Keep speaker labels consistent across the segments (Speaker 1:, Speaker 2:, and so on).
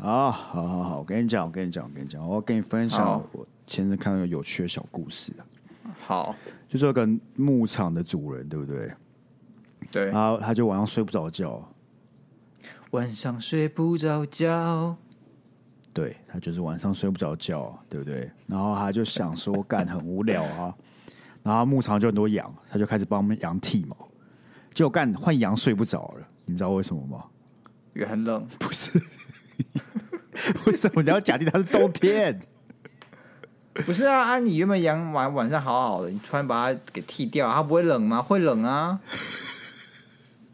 Speaker 1: 啊，好好好，我跟你讲，我跟你讲，我跟你讲，我要跟你分享
Speaker 2: 好
Speaker 1: 我前阵看到一个有趣的小故事啊，
Speaker 2: 好，
Speaker 1: 就是有个牧场的主人，对不对？
Speaker 2: 对，
Speaker 1: 然后他就晚上睡不着觉，
Speaker 2: 晚上睡不着觉，
Speaker 1: 对他就是晚上睡不着觉，对不对？然后他就想说，干很无聊啊，然后牧场就很多羊，他就开始帮我们羊剃毛，结果干换羊睡不着了，你知道为什么吗？
Speaker 2: 也很冷，
Speaker 1: 不是，为什么你要假定它是冬天？
Speaker 2: 不是啊，啊，你原本养晚晚上好好的，你突然把它给剃掉，它不会冷吗？会冷啊。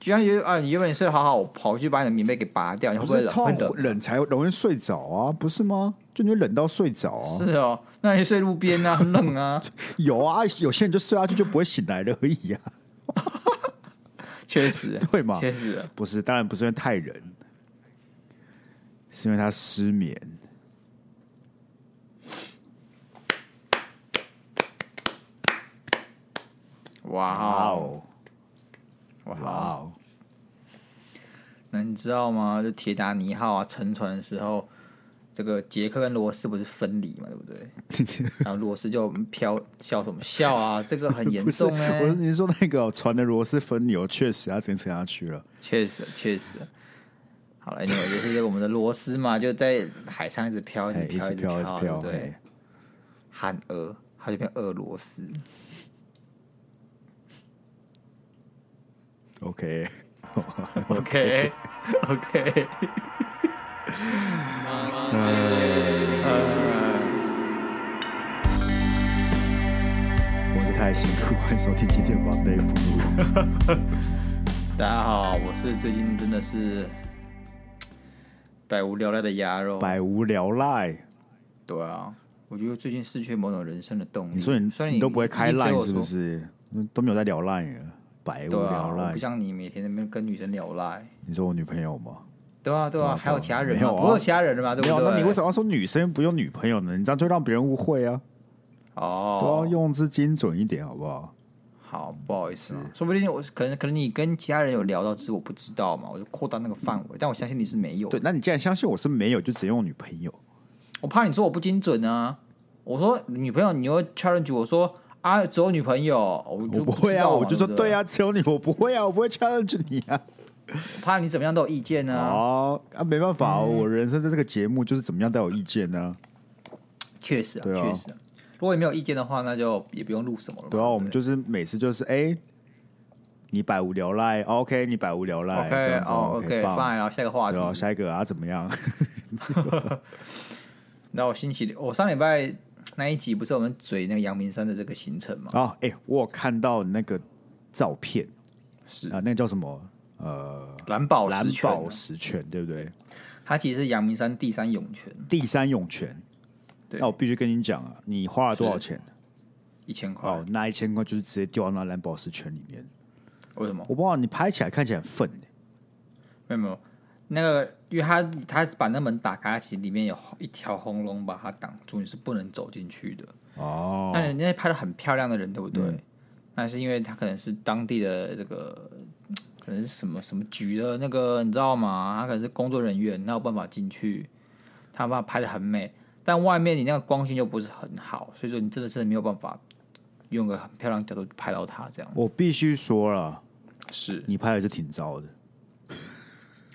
Speaker 2: 就像原啊，你原本睡得好好，我跑去把你的棉被给拔掉，你会
Speaker 1: 不
Speaker 2: 不会
Speaker 1: 是
Speaker 2: 冷？
Speaker 1: 通
Speaker 2: 会
Speaker 1: 常
Speaker 2: 冷。
Speaker 1: 冷才容易睡着啊，不是吗？就你会冷到睡着啊，
Speaker 2: 是哦，那你睡路边啊，很冷啊，
Speaker 1: 有啊，有些人就睡下去就不会醒来了而已啊，
Speaker 2: 确实，
Speaker 1: 对吗？
Speaker 2: 确实，
Speaker 1: 不是，当然不是因为太冷，是因为他失眠。哇
Speaker 2: 哇
Speaker 1: 哦，
Speaker 2: 哦，哇
Speaker 1: 哇
Speaker 2: 哦。
Speaker 1: 哦，
Speaker 2: 那你知道吗？就铁达尼号啊沉船的时候，这个杰克跟罗斯不是分离嘛，对不对？ 然后罗斯就飘笑什么笑啊？这个很 严
Speaker 1: 不是，
Speaker 2: 重哎、
Speaker 1: 我是你说那个船的螺丝分流，确实他真沉下去了。
Speaker 2: 确实确实。好了，anyway，就是我们的罗斯嘛，就在海上一直飘，一直
Speaker 1: 哎，一
Speaker 2: 飘，
Speaker 1: 直
Speaker 2: 一直
Speaker 1: 飘，一直
Speaker 2: 飘，
Speaker 1: 飘，哎
Speaker 2: 对不对
Speaker 1: 嘿？
Speaker 2: 喊俄，他就变俄 罗斯。
Speaker 1: ，OK，
Speaker 2: OK OK。
Speaker 1: 我是太辛苦，欢迎收听今天的 Monday Blue。
Speaker 2: 大家好，我是最近真的是百无聊赖的鸭肉。
Speaker 1: 百无聊赖，
Speaker 2: 对啊，我觉得最近失去某种人生的动力。
Speaker 1: 你说你
Speaker 2: 虽然
Speaker 1: 你都不会开赖
Speaker 2: 嗯你
Speaker 1: 是不？是？都没有在聊赖了，百无
Speaker 2: 你追我说对啊，
Speaker 1: 聊
Speaker 2: 我
Speaker 1: 赖
Speaker 2: 不。像你每天在那边跟女生聊赖。
Speaker 1: 你说我女朋友吗？
Speaker 2: 对啊，对
Speaker 1: 对啊
Speaker 2: 啊，还有其他人
Speaker 1: 没
Speaker 2: 吗？
Speaker 1: 有啊
Speaker 2: 不会有其他人了嘛？对
Speaker 1: 没
Speaker 2: 不
Speaker 1: 有，啊
Speaker 2: 对？
Speaker 1: 那你为什么要说女生不用女朋友呢？你这样就让别人误会啊！都要
Speaker 2: 哦，
Speaker 1: 用字精准一点，好不好？
Speaker 2: 好，不好意思啊，说不定我可能可能你跟其他人有聊到，只是我不知道嘛，我就扩大那个范围。但我相信你是没有的
Speaker 1: 对，，那你既然相信我是没有，就只用女朋友。
Speaker 2: 我怕你说我不精准啊。我说女朋友，你又 challenge 我说啊，只有女朋友，我
Speaker 1: 我
Speaker 2: 就
Speaker 1: 不
Speaker 2: 知
Speaker 1: 会啊，
Speaker 2: 道嘛
Speaker 1: 我就说
Speaker 2: 对不
Speaker 1: 对，啊，只有你，我不会啊，我不会 challenge 你啊。
Speaker 2: 我怕你怎么样都有意见呢、
Speaker 1: 哦啊，没办法，
Speaker 2: 嗯
Speaker 1: 我人生在这个节目就是怎么样都有意见啊呢？
Speaker 2: 确实啊，
Speaker 1: 对啊
Speaker 2: 确实啊。如果你没有意见的话，那就也不用录什么了嘛。
Speaker 1: 对啊，我们
Speaker 2: 对
Speaker 1: 就是每次就是哎，你百无聊赖哦，OK，你百无聊赖，这
Speaker 2: OK
Speaker 1: 样子啊
Speaker 2: 哦
Speaker 1: ，OK，
Speaker 2: OK
Speaker 1: 棒
Speaker 2: fine，然后下嗯一个话题
Speaker 1: 对。啊，下一个啊，怎么样？
Speaker 2: 那我星期六，我上礼拜那一集不是我们嘴那个阳明山的这个行程吗？
Speaker 1: 啊，哎、我有看到那个照片
Speaker 2: 是
Speaker 1: 啊，那个叫什么？呃，
Speaker 2: 蓝宝
Speaker 1: 蓝
Speaker 2: 石泉啊
Speaker 1: 宝，石泉，对不对？
Speaker 2: 它其实是阳明山第三涌泉，
Speaker 1: 第三涌泉。
Speaker 2: 对
Speaker 1: 那我必须跟你讲啊，你花了多少钱？
Speaker 2: 一千块。
Speaker 1: 哦，那一千块就是直接掉到那蓝宝石泉里面。
Speaker 2: 为什么？
Speaker 1: 我不知道你拍起来看起来很愤、欸
Speaker 2: 没有没有，那个因为它它把那门打开，它其实里面有一条红龙把它挡住，你是不能走进去的。
Speaker 1: 哦，嗯
Speaker 2: 但人家拍的很漂亮的人，对不对？那是因为他可能是当地的这个，嗯可能是什么什么局的那个，你知道吗？他可能是工作人员，那有办法进去，他把它拍的很美。但外面你那个光线又不是很好，所以说你真的是没有办法用个很漂亮的角度拍到它这样。
Speaker 1: 我必须说了，
Speaker 2: 是
Speaker 1: 你拍的是挺糟的。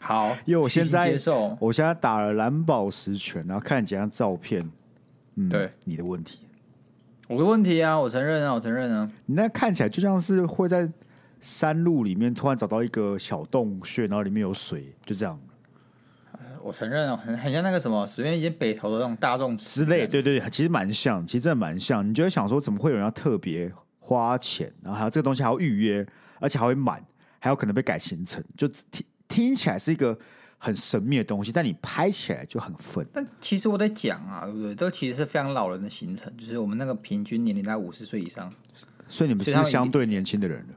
Speaker 2: 好，
Speaker 1: 因为我
Speaker 2: 虚
Speaker 1: 现
Speaker 2: 心
Speaker 1: 在
Speaker 2: 接受，
Speaker 1: 我现在打了蓝宝石泉，然后看几张照片，嗯，
Speaker 2: 对，
Speaker 1: 你的问题，
Speaker 2: 我的问题啊，我承认啊，我承认啊，
Speaker 1: 你那看起来就像是会在山路里面突然找到一个小洞穴，然后里面有水，就这样
Speaker 2: 我承认啊，很很像那个什么，随便一间北投的那种大众
Speaker 1: 之
Speaker 2: 之
Speaker 1: 类。对对对，其实蛮像，其实真的蛮像。你就会想说，怎么会有人要特别花钱，然后还有这个东西还要预约，而且还会满，还有可能被改行程，就听听起来是一个很神秘的东西，但你拍起来就很愤。
Speaker 2: 但其实我在讲啊，对不对？这其实是非常老人的行程，就是我们那个平均年龄在五十岁以上。
Speaker 1: 所以你们
Speaker 2: 所
Speaker 1: 是
Speaker 2: 以他们一定
Speaker 1: 相对年轻的人了。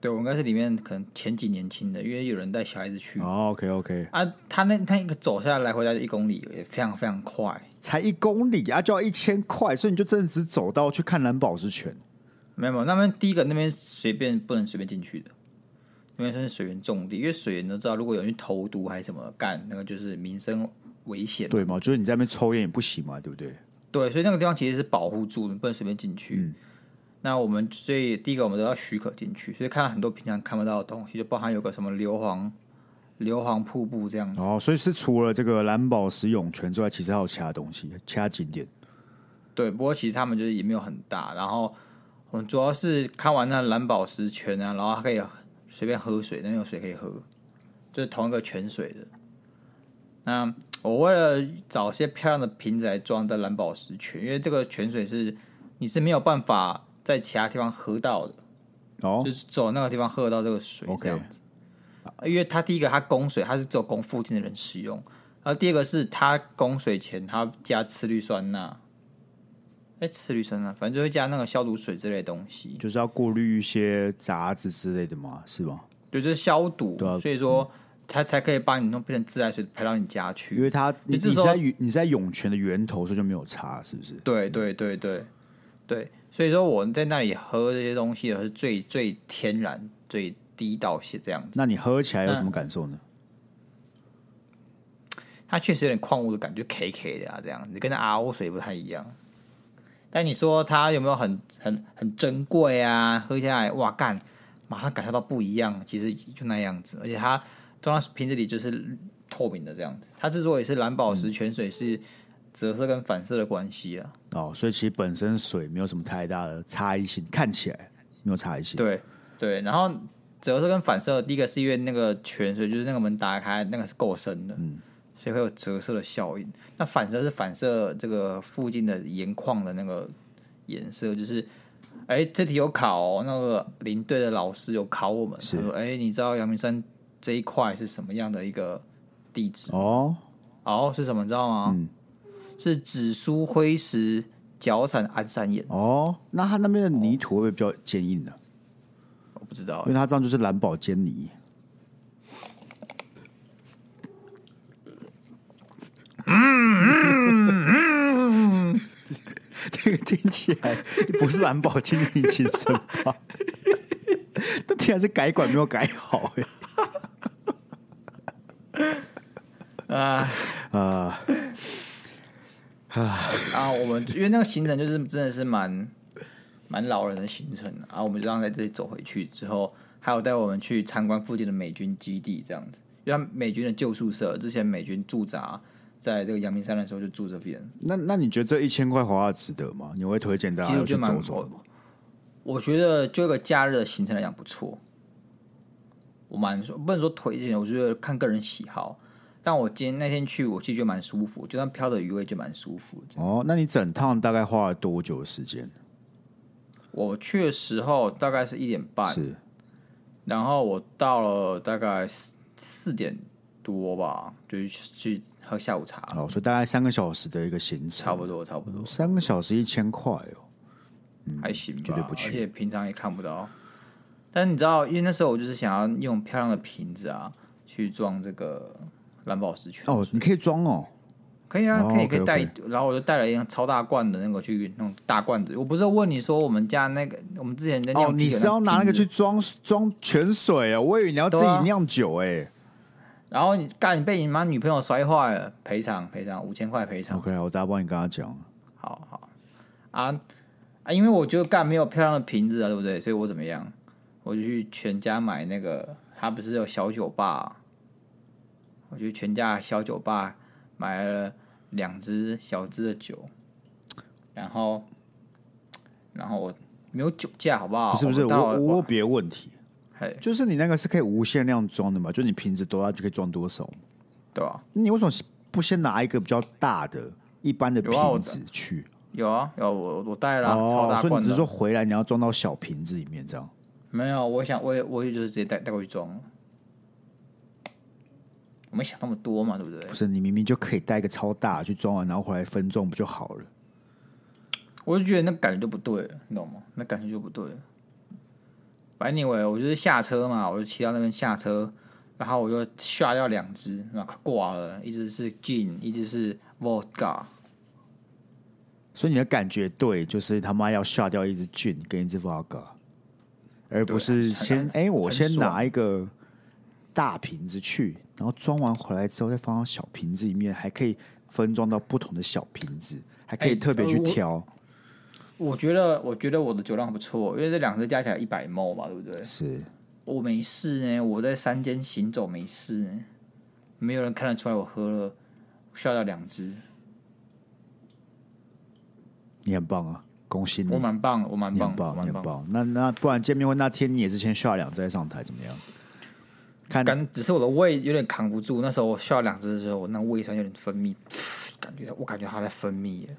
Speaker 2: 对我应该是里面可能前几年轻的，因为有人带小孩子去、
Speaker 1: 哦，OK OK，
Speaker 2: 啊。他那他一个走下来回来一公里，也非常非常快。
Speaker 1: 才一公里啊，就要一千块，所以你就真的只走到去看蓝宝石泉。
Speaker 2: 没有没有，那边第一个那边随便不能随便进去的，那边算是水源重地，因为水源都知道，如果有人去投毒还是什么干，那个就是民生危险。
Speaker 1: 对嘛？就是你在那边抽烟也不行嘛，对不对？
Speaker 2: 对，所以那个地方其实是保护住的，你不能随便进去。那我们所以第一个我们都要许可进去，所以看了很多平常看不到的东西，就包含有个什么硫磺、硫磺瀑布这样子。
Speaker 1: 哦，所以是除了这个蓝宝石涌泉之外，其实还有其他东西，其他景点。
Speaker 2: 对，不过其实他们就是也没有很大，然后我们主要是看完那蓝宝石泉啊，然后还可以随便喝水，那边有水可以喝，就是同一个泉水的。那我为了找些漂亮的瓶子来装在蓝宝石泉，因为这个泉水是你是没有办法在其他地方喝到的，
Speaker 1: 哦
Speaker 2: 就，是走那个地方喝得到这个水
Speaker 1: OK
Speaker 2: 这样子。啊因为它第一个它供水，它是只有供附近的人使用，然后第二个是它供水前它加次氯酸钠，哎，次氯酸钠，反正就会加那个消毒水之类的东西，
Speaker 1: 就是要过滤一些杂质之类的嘛，是吧？
Speaker 2: 对，就是消毒，
Speaker 1: 对啊
Speaker 2: 所以说它才可以把你弄变成自来水排到你家去
Speaker 1: 因。为它你
Speaker 2: 你
Speaker 1: 你
Speaker 2: 这
Speaker 1: 是
Speaker 2: 时候
Speaker 1: 在涌你是在涌泉的源头，所以就没有差，是不是？
Speaker 2: 对对对对对，所以说我在那里喝这些东西的时候是最最天然、最低到些这样子。
Speaker 1: 那你喝起来有什么感受
Speaker 2: 嗯
Speaker 1: 呢？
Speaker 2: 它确实有点矿物的感觉，K K 的啊，这样子跟那 RO 水不太一样。但你说它有没有很很很珍贵啊？喝下来哇干，马上感受到不一样，其实就那样子。而且它装到瓶子里就是透明的这样子。它之所以是蓝宝石泉水，是折射跟反射的关系啊。
Speaker 1: 哦，所以其实本身水没有什么太大的差异性，看起来没有差异性。
Speaker 2: 对对，然后折射跟反射，第一个是因为那个泉水，就是那个门打开，那个是够深的，所以会有折射的效应。那反射是反射这个附近的盐矿的那个颜色，就是。哎，这题有考哦、那个领队的老师有考我们，他说：“哎，你知道阳明山这一块是什么样的一个地质？
Speaker 1: 哦，
Speaker 2: 哦，是什么？你知道吗？是紫苏灰石角闪安山岩。
Speaker 1: 哦，那它那边的泥土会不会比较坚硬呢、
Speaker 2: 我不知道欸
Speaker 1: 因，为它这样就是蓝宝坚泥。嗯这个嗯 听起来不是蓝宝坚泥其实吧？那听起来是改管没有改好哎、
Speaker 2: 啊，我们因为那个行程就是真的是蛮蛮老人的行程，然后我们就让在这里走回去之后，还有带我们去参观附近的美军基地这样子，因为他们美军的旧宿舍之前美军驻扎在这个阳明山的时候就住这边，
Speaker 1: 那那你觉得这一千块花的值得吗？你会推荐大
Speaker 2: 其
Speaker 1: 家
Speaker 2: 实
Speaker 1: 要
Speaker 2: 我觉
Speaker 1: 啊去
Speaker 2: 得蛮
Speaker 1: 走
Speaker 2: 不
Speaker 1: 走
Speaker 2: 错
Speaker 1: 吗？。
Speaker 2: 我觉得就一个假日的行程来讲不错，我蛮说不能说推荐，我觉得看个人喜好。但我今天那天去，我其实就蛮舒服，就算飘着鱼味就蛮舒服的。
Speaker 1: 哦，那你整趟大概花了多久的时间？
Speaker 2: 我去的时候大概是一点半，
Speaker 1: 是
Speaker 2: 然后我到了大概四四点多吧，就是去去喝下午茶，
Speaker 1: 哦，所以大概三个小时的一个行程，
Speaker 2: 差不多差不多，
Speaker 1: 三个小时一千块哦。
Speaker 2: 还行吧。
Speaker 1: 绝对不去
Speaker 2: 而且平常也看不到。但你知道，因为那时候我就是想要用漂亮的瓶子啊，去装这个蓝宝石泉。
Speaker 1: 哦，你可以装哦，
Speaker 2: 可以啊，
Speaker 1: 哦
Speaker 2: 可以可
Speaker 1: OK，OK
Speaker 2: 以带一，然后我就带了一样超大罐的那个去弄大罐子。我不是问你说我们家那个，我们之前在
Speaker 1: 哦，
Speaker 2: 酿啤酒
Speaker 1: 你是要拿那个去装装泉水哦，我以为你要自己
Speaker 2: 对啊
Speaker 1: 酿酒哎、
Speaker 2: 然后你干你被你妈女朋友摔坏了，赔偿赔偿五千块赔偿。
Speaker 1: OK，我大家帮你跟他讲，
Speaker 2: 哦好好啊啊，因为我就干没有漂亮的瓶子啊，对不对？所以我怎么样？我就去全家买那个，他不是有小酒吧、啊我去全家小酒吧买了两支小支的酒，然后然后我没有酒驾，好不好？
Speaker 1: 不是不是，
Speaker 2: 到
Speaker 1: 我
Speaker 2: 了
Speaker 1: 我有别的问题，
Speaker 2: 嘿
Speaker 1: 就是你那个是可以无限量装的嘛，就你瓶子多大就可以装多少，
Speaker 2: 对啊，
Speaker 1: 你为什么不先拿一个比较大的一般的
Speaker 2: 有啊我
Speaker 1: 瓶子去？
Speaker 2: 有啊有啊我我带了啊、超
Speaker 1: 哦
Speaker 2: 大，
Speaker 1: 所以你
Speaker 2: 罐
Speaker 1: 只是
Speaker 2: 的，
Speaker 1: 说回来你要装到小瓶子里面这样。
Speaker 2: 没有，我想我也我也就是直接带带过去装了，我没想那么多嘛，对不对
Speaker 1: 不？是，你明明就可以带一个超大的去装完，然后回来分装不就好了？
Speaker 2: 我就觉得那感觉就不对了，你懂吗？那感觉就不对了。反正 anyway，我就是下车嘛，我就骑到那边下车，然后我就下掉两只，然后挂了，一只是 gin，一只是 vodka。
Speaker 1: 所以你的感觉对，就是他妈要下掉一只菌跟一只 vodka，而不是
Speaker 2: 对啊
Speaker 1: 先哎、我
Speaker 2: 很
Speaker 1: 先
Speaker 2: 爽
Speaker 1: 拿一个大瓶子去，然后装完回来之后再放到小瓶子里面，还可以分装到不同的小瓶子，还可以
Speaker 2: 哎
Speaker 1: 特别去
Speaker 2: 呃我
Speaker 1: 挑。
Speaker 2: 我觉得，我觉得我的酒量还不错，因为这两支加起来一百毛吧，对不对？
Speaker 1: 是
Speaker 2: 我没事呢，我在山间行走没事呢，没有人看得出来我喝了下到两支，
Speaker 1: 你很棒啊，恭喜你
Speaker 2: 我，蛮棒的，我蛮
Speaker 1: 你
Speaker 2: 棒
Speaker 1: 很
Speaker 2: 的，我
Speaker 1: 棒，你
Speaker 2: 蛮
Speaker 1: 很
Speaker 2: 棒。
Speaker 1: 棒。那那不然见面会那天你也是先下两再上台怎么样？看
Speaker 2: 感只是我的胃有点扛不住，那时候我下了两支的时候，我那胃酸有点分泌， 感觉我感觉它在分泌耶，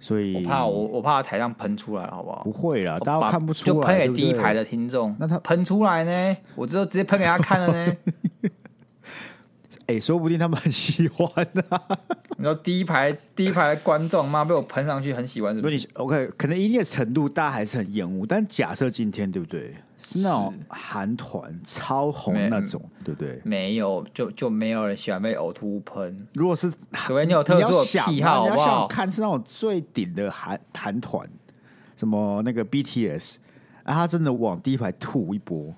Speaker 1: 所以
Speaker 2: 我怕我我怕台上喷出来了，好不好？
Speaker 1: 不会啦，
Speaker 2: 我
Speaker 1: 大家
Speaker 2: 把
Speaker 1: 看不出
Speaker 2: 就
Speaker 1: 来，
Speaker 2: 喷
Speaker 1: 对
Speaker 2: 给
Speaker 1: 不
Speaker 2: 第一
Speaker 1: 对
Speaker 2: 排的听众，
Speaker 1: 那他
Speaker 2: 喷出来呢，我之后直接喷给他看了 呢。
Speaker 1: 哎、说不定他们很喜欢呢、
Speaker 2: 你知道第一排第一排的观众妈被我喷上去，很喜欢是
Speaker 1: 如果
Speaker 2: 不是？
Speaker 1: 你 OK，可能音乐程度大家还是很厌恶，但假设今天对不对，是那种韩团超红
Speaker 2: 没
Speaker 1: 那种，对不对？
Speaker 2: 没有，就就没有人喜欢被呕吐物喷。
Speaker 1: 如果是
Speaker 2: 各位，你有特
Speaker 1: 你要
Speaker 2: 殊的
Speaker 1: 想
Speaker 2: 癖
Speaker 1: 啊
Speaker 2: 好好
Speaker 1: 你要
Speaker 2: 不
Speaker 1: 想
Speaker 2: 好？
Speaker 1: 看是那种最顶的韩韩团，什么那个 BTS，啊，他真的往第一排吐一波，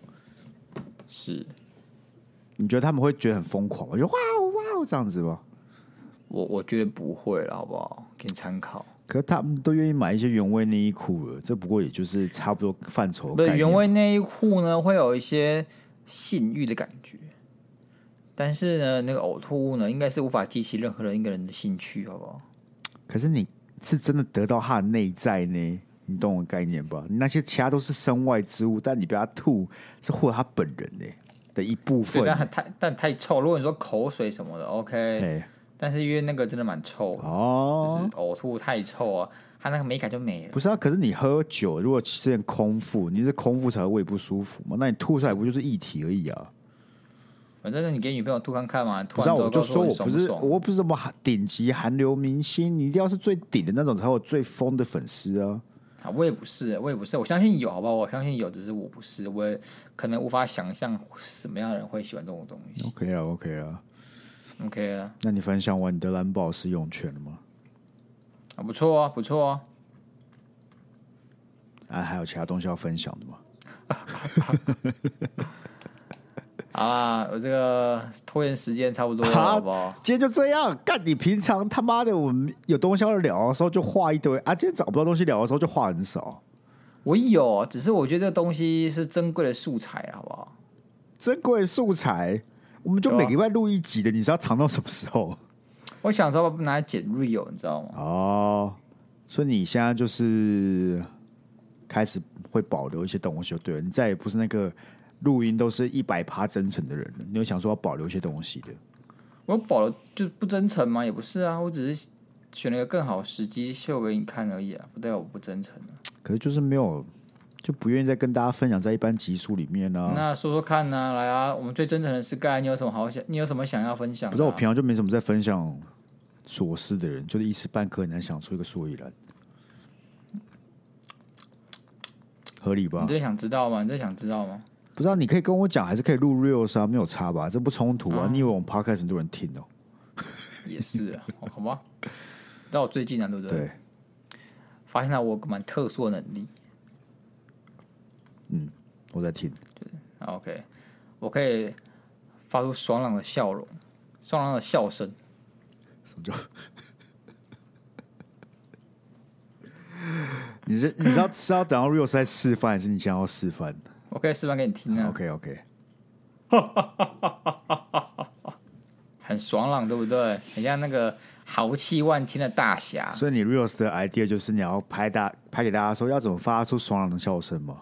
Speaker 2: 是
Speaker 1: 你觉得他们会觉得很疯狂吗？就哇哦哇哦这样子吗？
Speaker 2: 我我觉得不会了，好不好？给你参考。
Speaker 1: 可是他们都愿意买一些原味内衣裤了，这不过也就是差不多范畴
Speaker 2: 不
Speaker 1: 的
Speaker 2: 是
Speaker 1: 概念。
Speaker 2: 原味内衣裤呢，会有一些性欲的感觉，但是呢，那个呕吐物呢，应该是无法激起任何人一个人的兴趣，好不好？
Speaker 1: 可是你是真的得到它的内在呢？你懂我概念吧？你那些其他都是身外之物，但你被它吐是或者他本人呢的一部
Speaker 2: 对，
Speaker 1: 分。
Speaker 2: 但很太但太臭。如果你说口水什么的，OK，
Speaker 1: 哎，
Speaker 2: 但是因为那个真的蛮臭的，就是
Speaker 1: 哦，
Speaker 2: 呕吐太臭啊，它那个美感就没了。
Speaker 1: 不是啊。可是你喝酒，如果之前空腹，你是空腹才会胃不舒服嘛？那你吐出来不就是液体而已啊？
Speaker 2: 反正你给女朋友吐看看嘛，
Speaker 1: 不
Speaker 2: 吐
Speaker 1: 是、啊，
Speaker 2: 完之后
Speaker 1: 我就
Speaker 2: 告诉
Speaker 1: 说
Speaker 2: 你
Speaker 1: 我
Speaker 2: 爽
Speaker 1: 不是，
Speaker 2: 爽
Speaker 1: 我又不是什么韩顶级韩流明星，你一定要是最顶的那种才有最疯的粉丝啊。
Speaker 2: 啊，我也不是，我也不是，我相信有，好不好？我相信有，只是我不是，我也可能无法想象什么样的人会喜欢这种东西。
Speaker 1: OK 了，OK 了。
Speaker 2: OK 啊，
Speaker 1: 那你分享完你的蓝宝石涌泉了吗？
Speaker 2: 啊不错啊，不错啊。
Speaker 1: 啊，还有其他东西要分享的吗？
Speaker 2: 好啦，我这个拖延时间差不多了，
Speaker 1: 好
Speaker 2: 好不好？
Speaker 1: 今天就这样，干你平常他妈的，我们有东西要聊的时候就话一堆啊，今天找不到东西聊的时候就话很少，
Speaker 2: 我有，只是我觉得这个东西是珍贵的素材啦，好不好？
Speaker 1: 珍贵的素材，我们就
Speaker 2: 对啊
Speaker 1: 每个礼拜录一集的，你是要藏到什么时候？
Speaker 2: 我想说拿来剪 real，你知道吗？
Speaker 1: 哦，所以你现在就是开始会保留一些东西，就对了，你再也不是那个录音都是一百趴真诚的人了，你有想说要保留一些东西的，
Speaker 2: 我保了就不真诚吗？也不是啊，我只是选了一个更好的时机秀给你看而已啊，不代表我不真诚啊。
Speaker 1: 可是就是没有，就不愿意再跟大家分享在一般集数里面啊呢、
Speaker 2: 那说说看呢、来啊，我们最真诚的是盖，你有什么好想？你有什么想要分享、啊
Speaker 1: 不知道我平，常就没什么在分享琐事的人，就是一时半刻很难想出一个所以然，合理吧
Speaker 2: 你？真的想知道吗？你真的想知道吗？
Speaker 1: 不知道你可以跟我讲，还是可以录 reels 啊，没有差吧？这不冲突
Speaker 2: 嗯
Speaker 1: 啊！你以为我们 podcast 很多人听哦、
Speaker 2: 也是、啊， 好好吧。你知道我最近啊，对不对？
Speaker 1: 对，
Speaker 2: 发现了我有个蛮特殊的能力。
Speaker 1: 我在听，
Speaker 2: OK，我可以发出爽朗的笑容，爽朗的笑声。
Speaker 1: 什么叫？你是你知 道是要等到 reels 在示范，还是你想要示范、
Speaker 2: 我可以示范给你听啊，
Speaker 1: OK OK，
Speaker 2: 很爽朗，对不对？很像那个豪气万千的大侠。
Speaker 1: 所以你 reels 的 idea 就是你要拍大拍给大家说要怎么发出爽朗的笑声吗？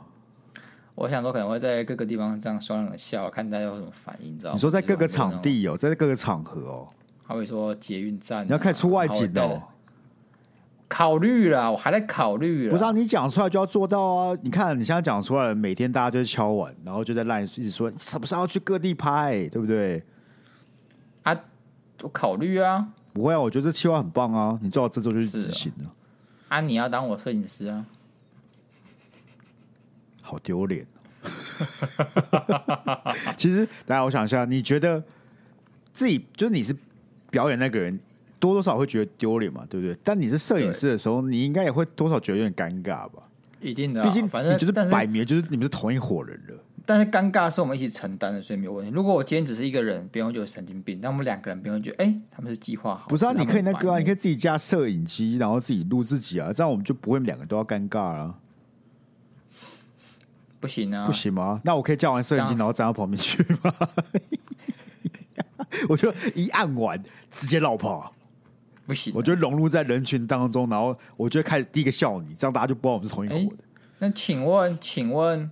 Speaker 2: 我想说可能会在各个地方这样爽朗的笑，看大家有什么反应，你知道吗？
Speaker 1: 你说在各个
Speaker 2: 就是哦我
Speaker 1: 场
Speaker 2: 们那种，
Speaker 1: 地哦，在各个场合哦，
Speaker 2: 好比说捷运站、啊
Speaker 1: 你要看出外景
Speaker 2: 然后
Speaker 1: 哦
Speaker 2: 对。考虑啦，我还在考虑啦。
Speaker 1: 不是啊，你讲出来就要做到啊！你看你现在讲出来了，每天大家就是敲碗，然后就在烂一直说你什么时候要去各地拍，对不对？
Speaker 2: 啊，我考虑啊，
Speaker 1: 不会啊，我觉得这计划很棒啊，你最好这周就去执行了，
Speaker 2: 啊，你要当我摄影师啊。
Speaker 1: 好丢脸。哦 其实，大家我想一下，你觉得自己就是你是表演那个人，多多少少会觉得丢脸嘛，对不对？但你是摄影师的时候，你应该也会多少觉得有点尴尬吧？
Speaker 2: 一定的啊、
Speaker 1: 毕竟
Speaker 2: 反
Speaker 1: 你
Speaker 2: 正
Speaker 1: 就是
Speaker 2: 但是
Speaker 1: 摆明了就是你们是同一伙人了。
Speaker 2: 但是尴尬是我们一起承担的，所以没有问题。如果我今天只是一个人，别人会觉得神经病；但我们两个人，别人会觉得哎、他们是欸计划好的。
Speaker 1: 不是啊，你可以那个啊，你可
Speaker 2: 以
Speaker 1: 以自己加摄影机，然后自己录自己啊，这样我们就不会两个都要尴尬啊，
Speaker 2: 不行啊，
Speaker 1: 不行吗？那我可以叫完摄影
Speaker 2: 这
Speaker 1: 机，
Speaker 2: 样
Speaker 1: 然后站到旁边去吗？ 我就一按完直接绕跑，
Speaker 2: 不行啊、
Speaker 1: 我就融入在人群当中，然后我就开始第一个笑你，这样大家就不知道我们是同一伙的。
Speaker 2: 那请问，请问，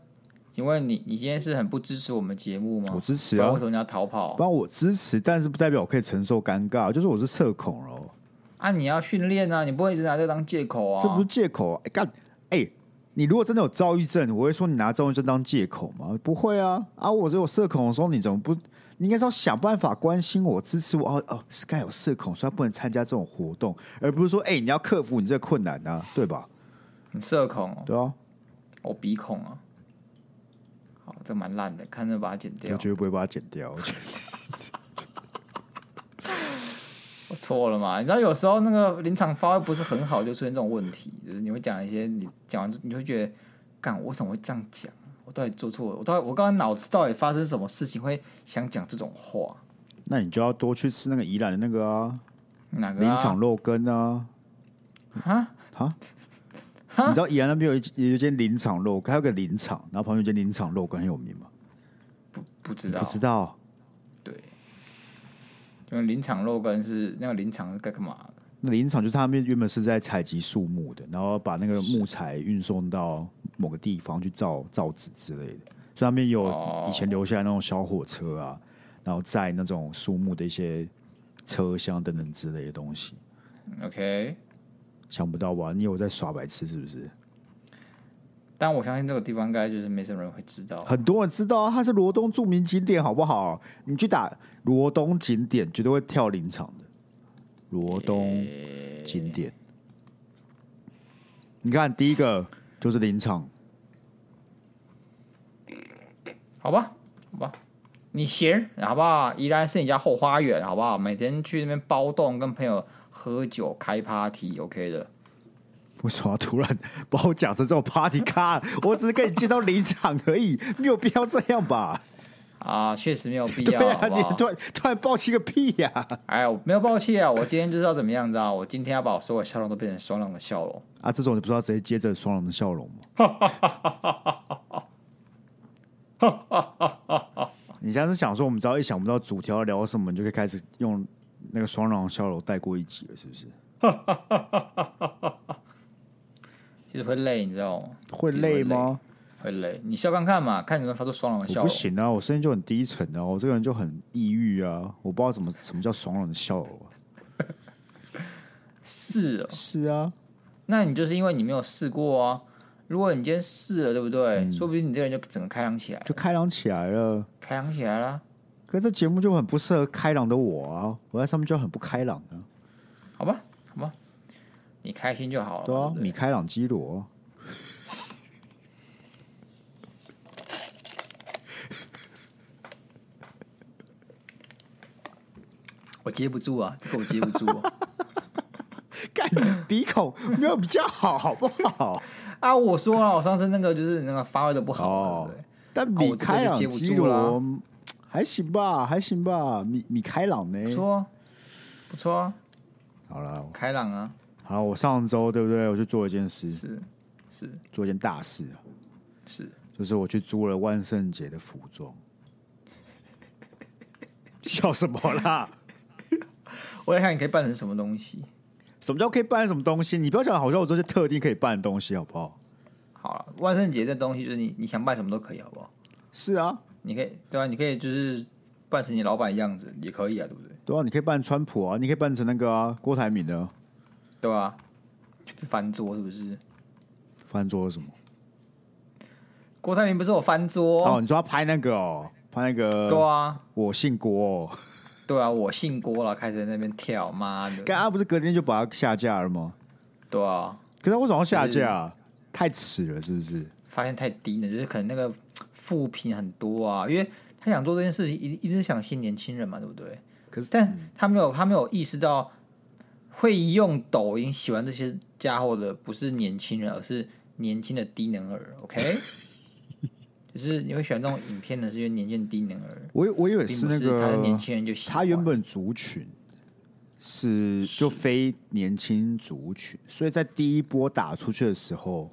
Speaker 2: 请问你，你今天是很不支持我们节目吗？
Speaker 1: 我支持
Speaker 2: 哦不
Speaker 1: 啊
Speaker 2: 然为什么你要逃跑
Speaker 1: 不？然我支持，但是不代表我可以承受尴尬，就是我是社恐哦，
Speaker 2: 啊，你要训练啊，你不会一直拿这当借口啊。
Speaker 1: 这不是借口啊！哎干、哎、你如果真的有躁郁症，我会说你拿躁郁症当借口吗？不会啊！啊，我只有社恐的时候，你怎么不？你应该是要想办法关心我、支持我。哦哦，Sky 有社恐，所以他不能参加这种活动，而不是说哎、你要克服你这个困难啊，对吧？
Speaker 2: 你社恐、哦，
Speaker 1: 对啊，
Speaker 2: 我鼻孔啊。好，这蛮烂的，看着把它剪
Speaker 1: 我
Speaker 2: 掉。
Speaker 1: 绝对不会把它剪掉。 我觉得
Speaker 2: 我错了嘛？你知道有时候那个临场发挥不是很好，就出现这种问题，就是你会讲一些，你讲完之后你会觉得，干，我为什么会这样讲？我到底做错了？我到底我刚刚脑子到底发生什么事情会想讲这种话？
Speaker 1: 那你就要多去吃那个宜兰的那个啊，
Speaker 2: 哪个、啊？
Speaker 1: 林场肉羹啊。
Speaker 2: 啊？
Speaker 1: 啊？你知道宜兰那边有一有一间林场肉，还有个林场，然后旁边有一间林场肉羹很有名吗？
Speaker 2: 不不知
Speaker 1: 你
Speaker 2: 道，
Speaker 1: 不知道？
Speaker 2: 对，因为林场肉羹是那个林场是干嘛的？
Speaker 1: 那林场就是他们原本是在采集树木的，然后把那个木材运送到某个地方去造造纸之类的，所以他们有
Speaker 2: 哦
Speaker 1: 以前留下来那种小火车啊，然后载那种树木的一些车厢等等之类的东西。
Speaker 2: OK，
Speaker 1: 想不到吧？你有在耍白痴是不是？
Speaker 2: 但我相信这个地方应该就是没什么人会知道。
Speaker 1: 很多人知道啊，它是罗东著名景点，好不好？你去打罗东景点，绝对会跳林场的。罗东景点，你看第一个就是林场，
Speaker 2: 好吧，好吧，你行，好不好？宜兰是你家后花园，好不好？每天去那边包栋，跟朋友喝酒开 party，OK、的。
Speaker 1: 为什么要突然把我讲成这种 party 咖？我只是跟你介绍林场而已，没有必要这样 吧？
Speaker 2: 啊，确实没有必
Speaker 1: 对
Speaker 2: 要，
Speaker 1: 啊，
Speaker 2: 好不
Speaker 1: 你
Speaker 2: 好
Speaker 1: 突？然突然抱起个屁呀、啊！
Speaker 2: 哎，我没有抱歉啊，我今天就是要怎么样，你知道？我今天要把我所有笑容都变成爽朗的笑容。
Speaker 1: 啊这种你不知道直接接着双龙的笑容吗？ 你现在是想说，我们只要一想不到主题要聊什么，你就可以开始用那个双龙笑容带过一集了，是不是？
Speaker 2: 其实会累，你知道吗？
Speaker 1: 会累吗？
Speaker 2: 会累，你笑看看嘛，看你能不能发出爽朗的
Speaker 1: 我
Speaker 2: 笑
Speaker 1: 不
Speaker 2: 容。
Speaker 1: 行啊，我声音就很低沉啊，我这个人就很抑郁啊，我不知道什么什么叫爽朗的笑容、啊。
Speaker 2: 是哦，
Speaker 1: 是啊，
Speaker 2: 那你就是因为你没有试过啊。如果你今天试了，对不对？
Speaker 1: 嗯
Speaker 2: 说不定你这个人就整个开朗起来，
Speaker 1: 就开朗起来了。
Speaker 2: 开朗起来了，
Speaker 1: 可是这节目就很不适合开朗的我啊，我在上面就很不开朗啊。
Speaker 2: 好吧，好吧，你开心就好了嘛。
Speaker 1: 对啊，
Speaker 2: 不
Speaker 1: 米开朗基罗。啊
Speaker 2: 我接不住啊，这个我接不住啊。
Speaker 1: 干你鼻孔没有比较好，好不好？
Speaker 2: 啊我说了，我上次那个就是那个发挥的不好嘛，
Speaker 1: 哦
Speaker 2: 对不对？
Speaker 1: 但米开朗基
Speaker 2: 啊
Speaker 1: 罗嗯还行吧，还行吧。米米开朗呢
Speaker 2: 不？错啊，不错啊，
Speaker 1: 好了，
Speaker 2: 开朗啊，
Speaker 1: 好了，我上周对不对？我去做一件事，
Speaker 2: 是是
Speaker 1: 做一件大事，啊
Speaker 2: 是，
Speaker 1: 就是我去租了万圣节的服装。 笑什么啦？
Speaker 2: 我在看你可以扮成什么东西。
Speaker 1: 什么叫可以扮什么东西？你不要讲得好像我这些特定可以扮的东西，好不好？
Speaker 2: 好了，万圣节这东西就是你你想扮什么都可以，好不好？
Speaker 1: 是啊，
Speaker 2: 你可以对啊，你可以就是扮成你老板的样子也可以啊，对不对？
Speaker 1: 对啊，你可以扮川普啊，你可以扮成那个、啊、郭台铭的啊
Speaker 2: 对吧、就是翻桌是不是？
Speaker 1: 翻桌什么？
Speaker 2: 郭台铭不是有翻桌？
Speaker 1: 哦，你说他拍那个哦，拍那个
Speaker 2: 对啊，
Speaker 1: 我姓郭、哦，
Speaker 2: 对啊，我姓郭了，开始在那边跳，妈的，
Speaker 1: 刚刚不是隔天就把它下架了吗？
Speaker 2: 对啊，
Speaker 1: 可是他为什么要下架？啊太迟了，是不是？
Speaker 2: 发现太低了，就是可能那个负评很多啊，因为他想做这件事情，一一直想吸引年轻人嘛，对不对？
Speaker 1: 可是嗯
Speaker 2: 但他没有，他没有意识到，会用抖音喜欢这些家伙的不是年轻人，而是年轻的低能儿。OK，就是你会喜欢这种影片呢，是因为年限低能儿，
Speaker 1: 我以我以为
Speaker 2: 并
Speaker 1: 是
Speaker 2: 不
Speaker 1: 那
Speaker 2: 是
Speaker 1: 个
Speaker 2: 他是年轻人就喜欢
Speaker 1: 他原本族群是就非年轻族群，所以在第一波打出去的时候，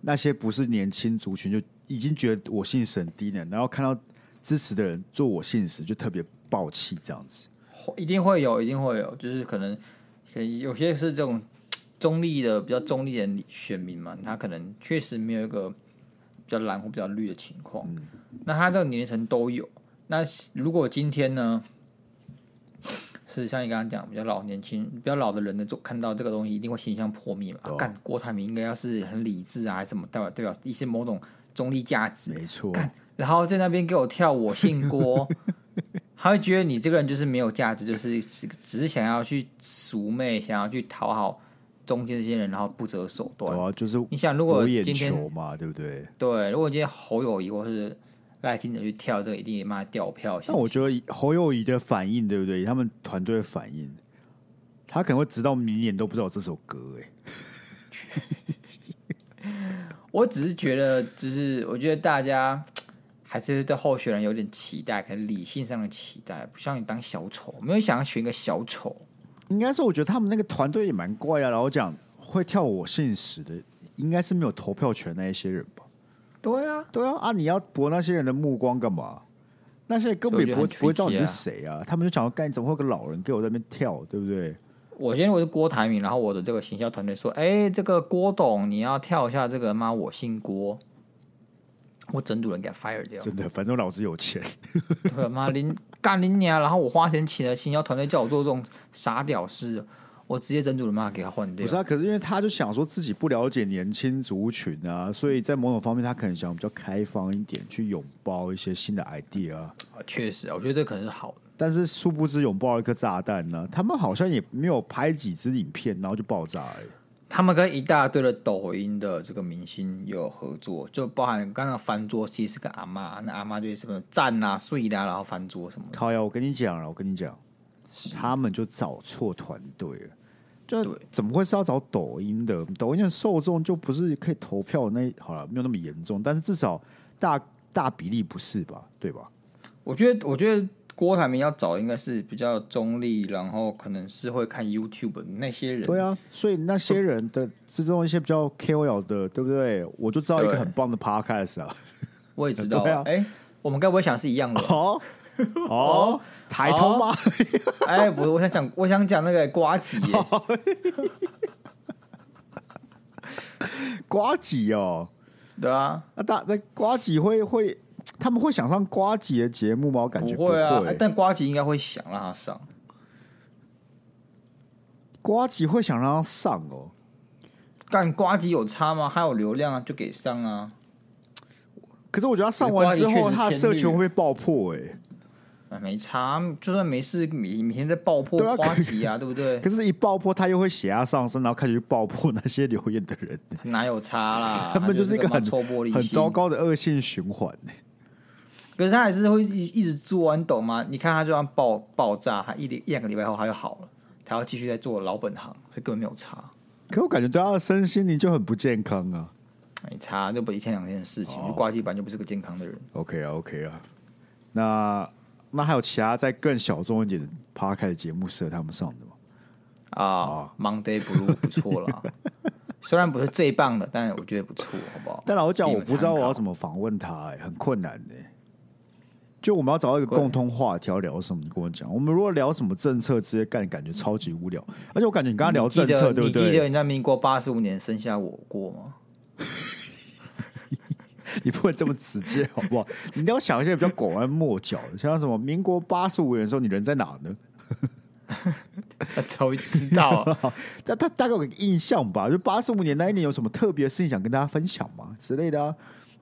Speaker 1: 那些不是年轻族群就已经觉得我姓沈低能，然后看到支持的人做我姓沈就特别暴气这样子。
Speaker 2: 一定会有，一定会有，就是可能可能有些是这种中立的比较中立的选民嘛，他可能确实没有一个比较蓝或比较绿的情况，
Speaker 1: 嗯
Speaker 2: 那他这个年龄层都有。那如果今天呢，是像你刚刚讲比较老年轻、比较老的人呢，就看到这个东西一定会形象破灭嘛。
Speaker 1: 对啊
Speaker 2: 啊干、郭台铭应该要是很理智啊，还是什么代表代表一些某种中立价值，
Speaker 1: 没错，
Speaker 2: 然后在那边给我跳我姓 郭，他会觉得你这个人就是没有价值，就是只只是想要去赎媚，想要去讨好中间这些人，然后不择手
Speaker 1: 对
Speaker 2: 段。
Speaker 1: 啊，就是
Speaker 2: 你想，如果
Speaker 1: 博眼
Speaker 2: 今天
Speaker 1: 球嘛，对不对？
Speaker 2: 对，如果今天侯友谊或是赖清德去跳这个，一定也骂掉票。
Speaker 1: 但我觉得以侯友谊的反应，对不对？以他们团队的反应，他可能会直到明年都不知道这首歌、哎，
Speaker 2: 我只是觉得，就是我觉得大家还是对候选人有点期待，可能理性上的期待，不像你当小丑，没有想要选一个小丑。
Speaker 1: 应该是我觉得他们那个团队也蛮怪啊。然后讲会跳我姓史的，应该是没有投票权那一些人吧？
Speaker 2: 对啊，
Speaker 1: 对啊，啊，你要博那些人的目光干嘛？那些人根本也不会、
Speaker 2: 所
Speaker 1: 不会
Speaker 2: 以我觉得很
Speaker 1: 知道你是
Speaker 2: tricky 啊
Speaker 1: 谁啊，他们就想要干，怎么会有个老人给我在那边跳，对不对？
Speaker 2: 我今天我是郭台铭，然后我的这个行销团队说，哎、这个郭董你要跳一下这个吗？我姓郭，我整组人给他 fire 掉，
Speaker 1: 真的，反正我老子有钱，
Speaker 2: 对妈林干林娘，然后我花钱请了行销团队叫我做这种傻屌事，我直接整组人妈给他换掉
Speaker 1: 不是。啊？可是因为他就想说自己不了解年轻族群啊，所以在某种方面他可能想比较开放一点，去拥抱一些新的 idea 啊。
Speaker 2: 啊确实，我觉得这可能是好的。
Speaker 1: 但是殊不知拥抱了一颗炸弹呢、他们好像也没有拍几支影片，然后就爆炸了、
Speaker 2: 他们跟一大堆的抖音的这个明星有合作，就包含刚刚翻桌其实是个阿妈，那阿妈就是什么赞啦、碎啦，然后翻桌什么的。
Speaker 1: 靠呀！我跟你讲啊了，我跟你讲，他们就找错团队了。就
Speaker 2: 对
Speaker 1: 怎么会是要找抖音的？抖音的受众就不是可以投票的那好了，没有那么严重，但是至少大大比例不是吧？对吧？
Speaker 2: 我觉得，我觉得郭台铭要找的应该是比较中立，然后可能是会看 YouTube 的那些人。
Speaker 1: 对啊，所以那些人的之中一些比较 KOL 的，对不对？我就知道一个
Speaker 2: 对
Speaker 1: 很棒的 podcast 啊。
Speaker 2: 我也知道。
Speaker 1: 对
Speaker 2: 哎、
Speaker 1: 啊？
Speaker 2: 我们该不会想是一样的
Speaker 1: 哦哦，台通吗？
Speaker 2: 哎、不是，我想讲，我想讲那个瓜吉耶、
Speaker 1: 瓜几哦？
Speaker 2: 对啊，
Speaker 1: 那大那瓜几会会他们会想上瓜几的节目吗？我 感觉
Speaker 2: 不
Speaker 1: 会欸
Speaker 2: 会啊，哎但瓜吉应该会想让他上。
Speaker 1: 瓜吉会想让他上哦，
Speaker 2: 但瓜吉有差吗？他有流量啊，就给上啊。
Speaker 1: 可是我觉得他上完之
Speaker 2: 瓜吉确
Speaker 1: 后，
Speaker 2: 实
Speaker 1: 他的社群
Speaker 2: 偏绿
Speaker 1: 会被爆破哎、
Speaker 2: 啊，没差，就算没事，每每天在爆破
Speaker 1: 对啊
Speaker 2: 瓜吉啊，对不对？
Speaker 1: 可是，一爆破他又会血压上升，然后开始去爆破那些留言的人，
Speaker 2: 哪有差啦？
Speaker 1: 他们
Speaker 2: 就
Speaker 1: 就是一个
Speaker 2: 他妈
Speaker 1: 很
Speaker 2: 臭玻璃
Speaker 1: 很
Speaker 2: 心
Speaker 1: 糟糕的恶性循环、哎
Speaker 2: 可是他还是会一一直做啊，你懂吗？你看他就算爆爆炸，他一一两个礼拜后他就好了，他要继续在做老本行，所以根本没有差，
Speaker 1: 可我感觉对他的身心灵就很不健康啊。
Speaker 2: 没差，就不一天两天的事
Speaker 1: 哦
Speaker 2: 情。就挂机版就不是个健康的人。
Speaker 1: OK 啊，OK 啊，那那还有其他再更小众一点的 p o d 节目适合他们上的吗？哦
Speaker 2: 啊、m o n d a y Blue 不错啦，虽然不是最棒的，但我觉得不错，好不好？
Speaker 1: 但老实讲，我不知道我要怎
Speaker 2: 么。
Speaker 1: 么访问他、哎，很困难的、就我们要找到一个共通话题，要聊什么？你跟我讲。我们如果聊什么政策之类，干感觉超级无聊。而且我感觉你刚刚聊
Speaker 2: 你记
Speaker 1: 政
Speaker 2: 得
Speaker 1: 策，对
Speaker 2: 你
Speaker 1: 不
Speaker 2: 记得
Speaker 1: 对？
Speaker 2: 你在民国八十五年生下我过吗？
Speaker 1: 你不能这么直接，好不好？你一定要想一些比较拐弯抹角的，像什么民国八十五年的时候，你人在哪呢？
Speaker 2: 那早就知道啊，
Speaker 1: 但他大概有个印象吧，就八十五年那一年有什么特别的事情想跟大家分享嘛之类的啊，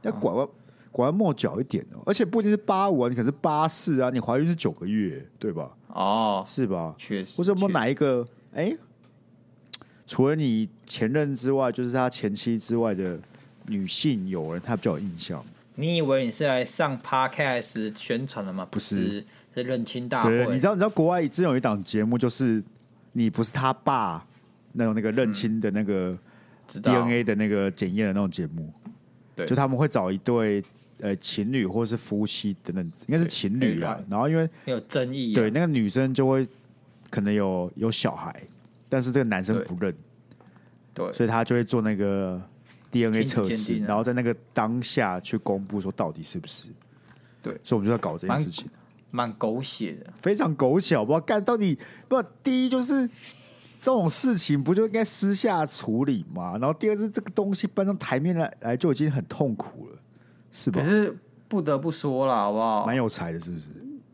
Speaker 1: 要
Speaker 2: 嗯
Speaker 1: 拐弯拐弯抹角一点哦。而且不一定是八五啊，你可能是八四啊，你怀孕是九个月，对吧？
Speaker 2: 哦，
Speaker 1: 是吧？
Speaker 2: 确实，
Speaker 1: 或者有没有
Speaker 2: 确实
Speaker 1: 哪一个哎、除了你前任之外，就是他前妻之外的女性友人，他比较有印象。
Speaker 2: 你以为你是来上 podcast 宣传的吗？不
Speaker 1: 是
Speaker 2: 是，是认亲大
Speaker 1: 对，
Speaker 2: 啊会。
Speaker 1: 你知道，你知道国外之前有一档节目，就是你不是他爸那种那个认亲的那个
Speaker 2: 嗯知道
Speaker 1: DNA 的那个检验的那种节目，
Speaker 2: 对
Speaker 1: 就他们会找一对呃情侣或是夫妻等等，应该是情侣
Speaker 2: 对
Speaker 1: 啦
Speaker 2: 对。
Speaker 1: 然后因为
Speaker 2: 没有争议、啊。
Speaker 1: 对，那个女生就会可能有有小孩，但是这个男生不认，
Speaker 2: 对
Speaker 1: 所以他就会做那个 DNA
Speaker 2: 亲子
Speaker 1: 测试
Speaker 2: 鉴，定啊
Speaker 1: 然后在那个当下去公布说到底是不是。
Speaker 2: 对
Speaker 1: 所以我们就要搞这件
Speaker 2: 蛮
Speaker 1: 事情，
Speaker 2: 蛮狗血的。
Speaker 1: 非常狗血，好不好？干到底不？第一就是这种事情不就应该私下处理吗？然后第二是这个东西搬上台面来来就已经很痛苦了，是吧
Speaker 2: 可？是不得不说啦，好不好？
Speaker 1: 蛮有才的，是不是？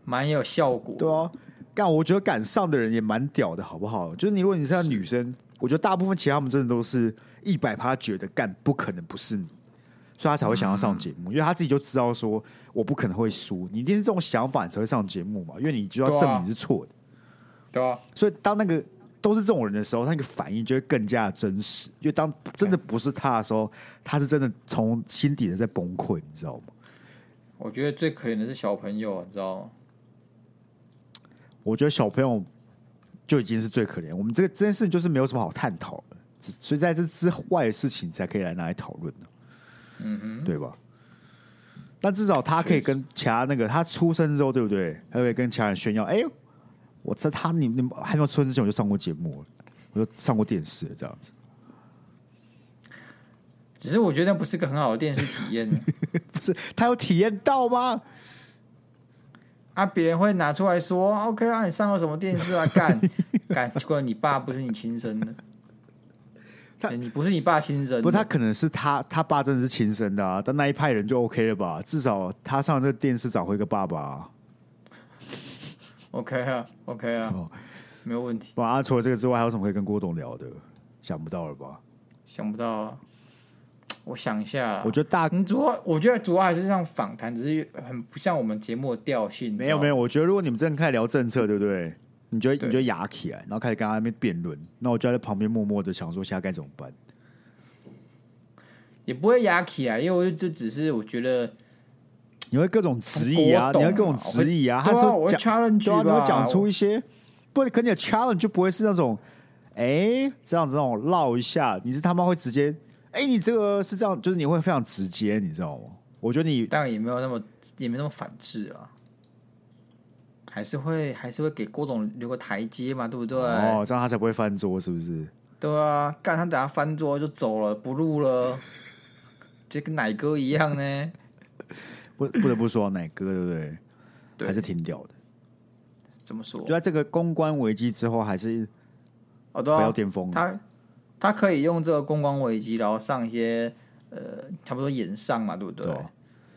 Speaker 2: 蛮有效果。
Speaker 1: 对啊，干我觉得敢上的人也蛮屌的，好不好？就是你，如果你是个女生，我觉得大部分其他他们真的都是一百趴觉得干不可能不是你，所以他才会想要上节
Speaker 2: 嗯
Speaker 1: 目，因为他自己就知道说我不可能会输，你一定是这种想法你才会上节目嘛，因为你就要
Speaker 2: 对啊
Speaker 1: 证明你是错的。
Speaker 2: 对啊，
Speaker 1: 所以当那个都是这种人的时候，他那个反应就会更加的真实。因为当真的不是他的时候，他是真的从心底的在崩溃，你知道吗？
Speaker 2: 我觉得最可怜的是小朋友，你知道吗？
Speaker 1: 我觉得小朋友就已经是最可怜。我们这个这件事情就是没有什么好探讨的，只所以在这之外的事情才可以来拿来讨论的，嗯哼，对吧？但至少他可以跟其他那个他出生之后，对不对？他可以跟其他人炫耀，哎、呦，我在他你你们还没有出生之前我就上过节目了，我就上过电视了，这样子
Speaker 2: 只是我觉得那不是个很好的电视 体验
Speaker 1: 不是他有体验到吗？
Speaker 2: 啊！别人会拿出来说啊：“OK 啊，你上过什么电 视啊？干干，结果你爸不是你亲生的，
Speaker 1: 他
Speaker 2: 对你不是你爸亲生的，
Speaker 1: 不，他可能是他他爸真的是亲生的啊，但那一派人就 OK 了吧？至少他上这个电视找回一个爸爸、啊。
Speaker 2: OK 啊，OK 啊，
Speaker 1: 哦
Speaker 2: 没有问题。
Speaker 1: 哇、啊，除了这个之外，还有什么可以跟郭董聊的？想不到了吧？
Speaker 2: 想不到啊，我想一下啦，
Speaker 1: 我觉得大、
Speaker 2: 你主要我觉得主要还是像访谈，只是很不像我们节目的调性。
Speaker 1: 没有没
Speaker 2: 有，
Speaker 1: 有，我觉得如果你们真的开始聊政策，对不对？你觉得
Speaker 2: 对
Speaker 1: 你觉得牙起来，然后开始跟他那边辩论，那我就在旁边默默的想说，现在该怎么办？
Speaker 2: 也不会压起来，因为我就就只是我觉得
Speaker 1: 你会各种质疑啊，
Speaker 2: 很郭董
Speaker 1: 你
Speaker 2: 啊
Speaker 1: 会各种质疑啊。
Speaker 2: 对
Speaker 1: 他
Speaker 2: 啊
Speaker 1: 说
Speaker 2: 我会
Speaker 1: 讲，
Speaker 2: challenge
Speaker 1: 对啊，你
Speaker 2: 吧
Speaker 1: 会讲出
Speaker 2: 我
Speaker 1: 一些，不，可你的 challenge 就不会是那种，哎、这样子那种绕一下，你是他妈会直接，哎、你这个是这样，就是你会非常直接，你知道吗？我觉得你
Speaker 2: 当然也没有那么也没那么反制啊，还是会还是会给郭董留个台阶嘛，对不对？
Speaker 1: 哦，这样他才不会翻桌，是不是？
Speaker 2: 对啊，干他等下翻桌就走了，不录了， 这跟奶哥一样呢。
Speaker 1: 不不得不说，奶哥对不对？
Speaker 2: 对
Speaker 1: 还是挺屌的。
Speaker 2: 怎么说
Speaker 1: 就？在这个公关危机之后，还是
Speaker 2: 哦，对
Speaker 1: 回到
Speaker 2: 啊，
Speaker 1: 巅峰了。
Speaker 2: 他他可以用这个公关危机，然后上一些呃，差不多演上嘛，对不对？
Speaker 1: 对啊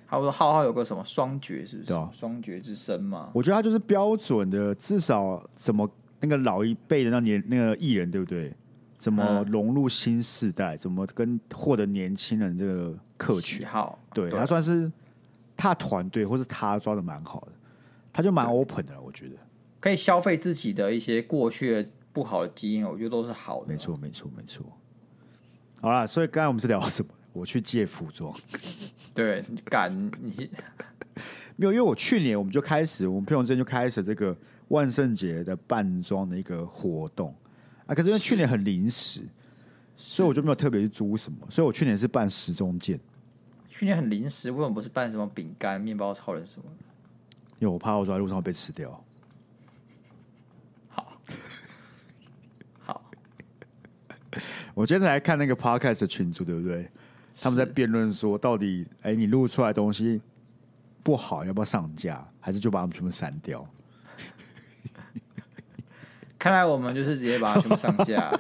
Speaker 2: 差不多浩浩有个什么双绝，是不
Speaker 1: 对
Speaker 2: 是
Speaker 1: 啊？
Speaker 2: 双、绝之身嘛，
Speaker 1: 我觉得他就是标准的，至少怎么那个老一辈的那年那个艺人，对不对？怎么
Speaker 2: 嗯
Speaker 1: 融入新世代？怎么跟获得年轻人这个客
Speaker 2: 喜
Speaker 1: 群？
Speaker 2: 好
Speaker 1: 对他算是他团队或是他抓的蛮好的，他就蛮 open 的了，我觉得。
Speaker 2: 可以消费自己的一些过去的不好的基因，我觉得都是好的。
Speaker 1: 没错，没错，没错。好啦，所以刚才我们是聊什么？我去借服装。
Speaker 2: 对，你敢你
Speaker 1: 没有，因为我去年我们就开始，我们朋友之间就开始这个万圣节的扮装的一个活动啊。可是因为去年很临时，所以我就没有特别去租什么，所以我去年是办时钟剑，
Speaker 2: 去年很临时，为什么不是办什么饼干、面包超人什么的？
Speaker 1: 因为我怕我走在路上会被吃掉。
Speaker 2: 好，
Speaker 1: 我今天来看那个 podcast 的群组，对不对？他们在辩论说，到底哎，你录出来的东西不好，要不要上架，还是就把它们全部删掉？
Speaker 2: 看来我们就是直接把它全部上 架。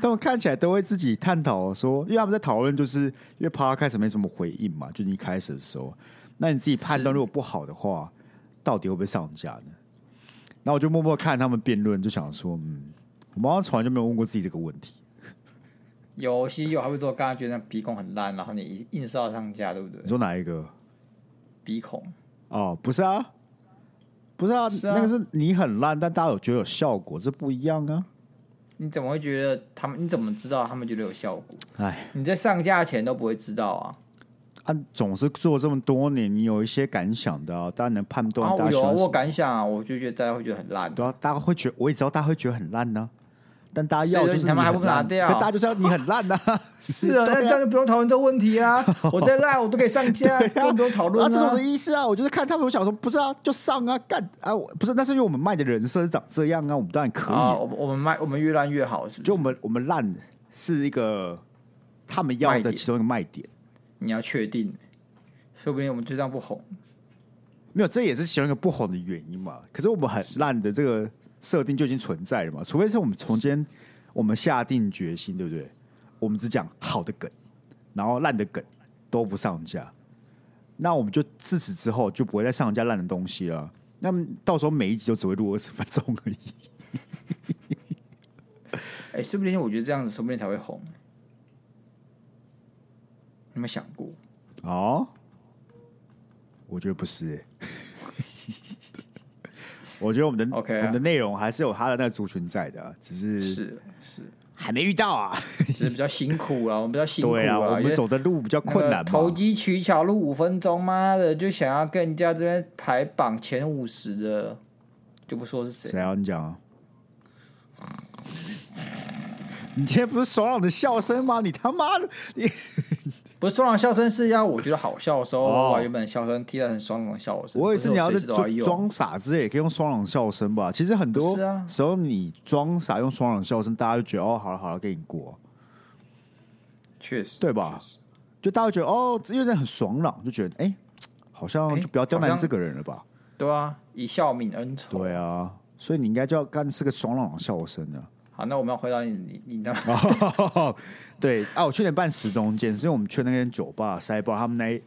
Speaker 1: 他们看起来都会自己探讨说，因为他们在讨论，就是因为 podcast 没什么回应嘛，就你一开始的时候，那你自己判断如果不好的话，到底会不会上架呢？那我就默默看他们辩论，就想说，嗯，我们好像从来就没有问过自己这个问题。
Speaker 2: 有西有还会说，刚刚觉得那鼻孔很烂，然后你硬硬是要上架，对不对
Speaker 1: 你？说哪一个？
Speaker 2: 鼻孔
Speaker 1: 哦，不是啊，不是啊，
Speaker 2: 是啊
Speaker 1: 那个是你很烂，但大家有觉得有效果，这不一样啊。
Speaker 2: 你怎么会觉得他们？你怎么知道他们觉得有效果？
Speaker 1: 哎，
Speaker 2: 你在上架前都不会知道啊！
Speaker 1: 啊，总是做这么多年，你有一些感想的、啊，大家能判断
Speaker 2: 啊，
Speaker 1: 大家
Speaker 2: 我
Speaker 1: 喜
Speaker 2: 有啊，
Speaker 1: 欢什
Speaker 2: 我
Speaker 1: 么。
Speaker 2: 感想啊，我就觉得大家会觉得很烂。
Speaker 1: 对啊，大家会觉得，我也知道大家会觉得很烂呢、但大家要就是
Speaker 2: 是
Speaker 1: 你
Speaker 2: 他妈还
Speaker 1: 很
Speaker 2: 不拿
Speaker 1: 烂
Speaker 2: 掉
Speaker 1: 可大家就是要你很烂 呐、
Speaker 2: 是啊，
Speaker 1: 对
Speaker 2: 那这样就不用讨论这个问 题啊！我再赖我都可以上架，根本不用讨论
Speaker 1: 啊，这种的意思啊，我就是看他们，我想说不是啊，就上啊，干啊，我不是，那是因为我们卖的人设是长这样啊，我们当然可以、
Speaker 2: 啊，我们我们卖我们越烂越好，是不是？
Speaker 1: 就我们我们烂是一个他们要
Speaker 2: 卖
Speaker 1: 的
Speaker 2: 点
Speaker 1: 其中一个卖点，
Speaker 2: 你要确定，说不定我们就这样不红。
Speaker 1: 没有，这也是其中一个不红的原因嘛。可是我们很烂的这个设定就已经存在了嘛，除非是我们从今天我们下定决心，对不对？我们只讲好的梗，然后烂的梗都不上架，那我们就自此之后就不会再上架烂的东西了。那么到时候每一集就只会录二十分钟而已。
Speaker 2: 哎、说不定我觉得这样子，说不定才会红。你有没有想过？
Speaker 1: 哦，我觉得不是欸、 我觉得我们的
Speaker 2: OK 啊
Speaker 1: 我们的内容还是有它的那个族群在的啊，只是
Speaker 2: 是是，
Speaker 1: 还没遇到啊。
Speaker 2: 只是比较辛苦啊，我们比较辛苦
Speaker 1: 对啊，我
Speaker 2: 因
Speaker 1: 们
Speaker 2: 为
Speaker 1: 走的路比较困难嘛。
Speaker 2: 那个投机取巧录五分钟，妈的，就想要跟人家这边排榜前五十的，就不说是谁。
Speaker 1: 谁啊？你讲啊？你今天不是爽朗的笑声吗？你他妈的，你
Speaker 2: 不是爽朗笑声，是要我觉得好笑的时候，
Speaker 1: 哦
Speaker 2: 我把原本的笑声替代成爽朗的笑声。
Speaker 1: 我也
Speaker 2: 不是
Speaker 1: 是。你要
Speaker 2: 随
Speaker 1: 是
Speaker 2: 时都要
Speaker 1: 装
Speaker 2: 用，
Speaker 1: 装傻之类，也可以用爽朗笑声吧。其实很多
Speaker 2: 是啊
Speaker 1: 时候你装傻用爽朗笑声，大家就觉得哦，好了好了，给你过。
Speaker 2: 确实
Speaker 1: 对吧
Speaker 2: 确实
Speaker 1: 就大家觉得哦，因为这样很爽朗，就觉得哎、好像
Speaker 2: 哎
Speaker 1: 就不要刁
Speaker 2: 好
Speaker 1: 难
Speaker 2: 像
Speaker 1: 这个人了吧？
Speaker 2: 对啊，一笑泯恩仇。
Speaker 1: 对啊，所以你应该就要干是个爽朗的笑声啊。
Speaker 2: 好，那我们要回到你你你那
Speaker 1: 对啊，我去年办时钟间，是因为我们去那间酒吧塞包，他们那一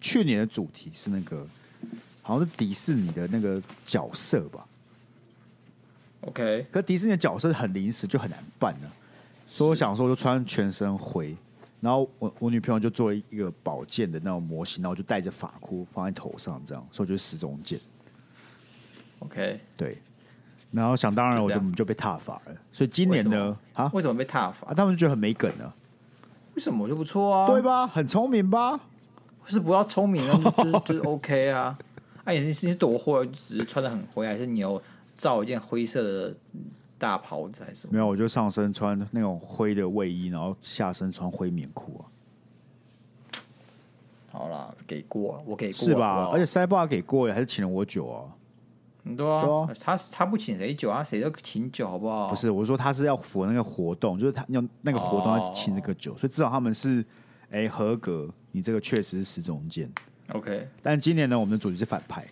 Speaker 1: 去年的主题是那个好像是迪士尼的那个角色吧，
Speaker 2: OK，
Speaker 1: 可迪士尼的角色很临时，就很难办呢、所以我想说，我就穿全身灰，然后我我女朋友就做一个宝剑的那种模型，然后我就戴着发箍放在头上，这样，所以我就是时钟剑。
Speaker 2: OK，
Speaker 1: 对，然后想当然，我
Speaker 2: 就这
Speaker 1: 就
Speaker 2: 样
Speaker 1: 我们就被踏伐了。所以今年呢，啊
Speaker 2: 为什么被踏伐
Speaker 1: 啊，？他们就觉得很没梗啊，
Speaker 2: 为什么我就不错啊？
Speaker 1: 对？吧？很聪明吧？
Speaker 2: 是不要聪明啊， 就是就是 OK 啊。哎、你是你是多灰，只是穿的很灰，还是你有造一件灰色的大袍子还是什么？
Speaker 1: 没有，我就上身穿那种灰的卫衣，然后下身穿灰棉裤啊，
Speaker 2: 好啦，给过，我给过，
Speaker 1: 是吧
Speaker 2: 好？不好
Speaker 1: 而且塞巴给过耶，还是请了我酒啊？
Speaker 2: 嗯对啊，
Speaker 1: 对
Speaker 2: 他他不请谁酒，他谁都请酒，好不好？
Speaker 1: 不，是，我说他是要符合那个活动，就是他用那个活动要请这个酒，所以至少他们是哎、合格，你这个确实是时钟剑。
Speaker 2: OK，
Speaker 1: 但今年呢，我们的主题是反派，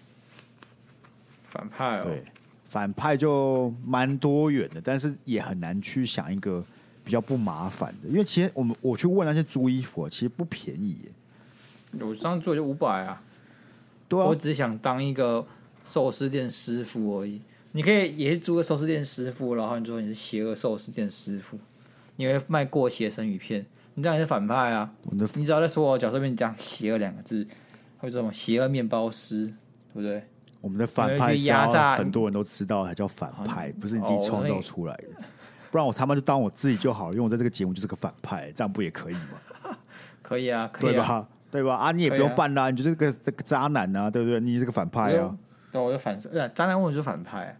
Speaker 2: 反派哦
Speaker 1: 对，，反派就蛮多元的，但是也很难去想一个比较不麻烦的，因为其实我们我去问那些租衣服，啊其实不便宜耶。
Speaker 2: 我上次做就五百啊，
Speaker 1: 对
Speaker 2: 我
Speaker 1: 啊，
Speaker 2: 只想当一个寿司店师傅而已。你可以也是租个寿司店师傅，然后你说你是邪恶寿司店师傅，你会卖过邪生鱼片，你这样也是反派啊！
Speaker 1: 我的
Speaker 2: 你只要在说我角色面讲“邪恶”两个字，或者什么“邪恶面包师”，对不对？
Speaker 1: 我们的反
Speaker 2: 我
Speaker 1: 派
Speaker 2: 们
Speaker 1: 是
Speaker 2: 去压
Speaker 1: 要
Speaker 2: 榨
Speaker 1: 很多人都知道，才叫反派，不是你自己
Speaker 2: 哦
Speaker 1: 创
Speaker 2: 所
Speaker 1: 造
Speaker 2: 以
Speaker 1: 出来的。不然我他妈就当我自己就好了，因为我在这个节目就是个反派，这样不也可以吗？
Speaker 2: 可以啊，可
Speaker 1: 对
Speaker 2: 以啊。
Speaker 1: 吧？对吧？啊，你也不
Speaker 2: 可以啊
Speaker 1: 用办啦，你就是个这个渣男啊，对不对？你是个反
Speaker 2: 我
Speaker 1: 派啊
Speaker 2: 就，对，我就反社，呃渣男问我就反派、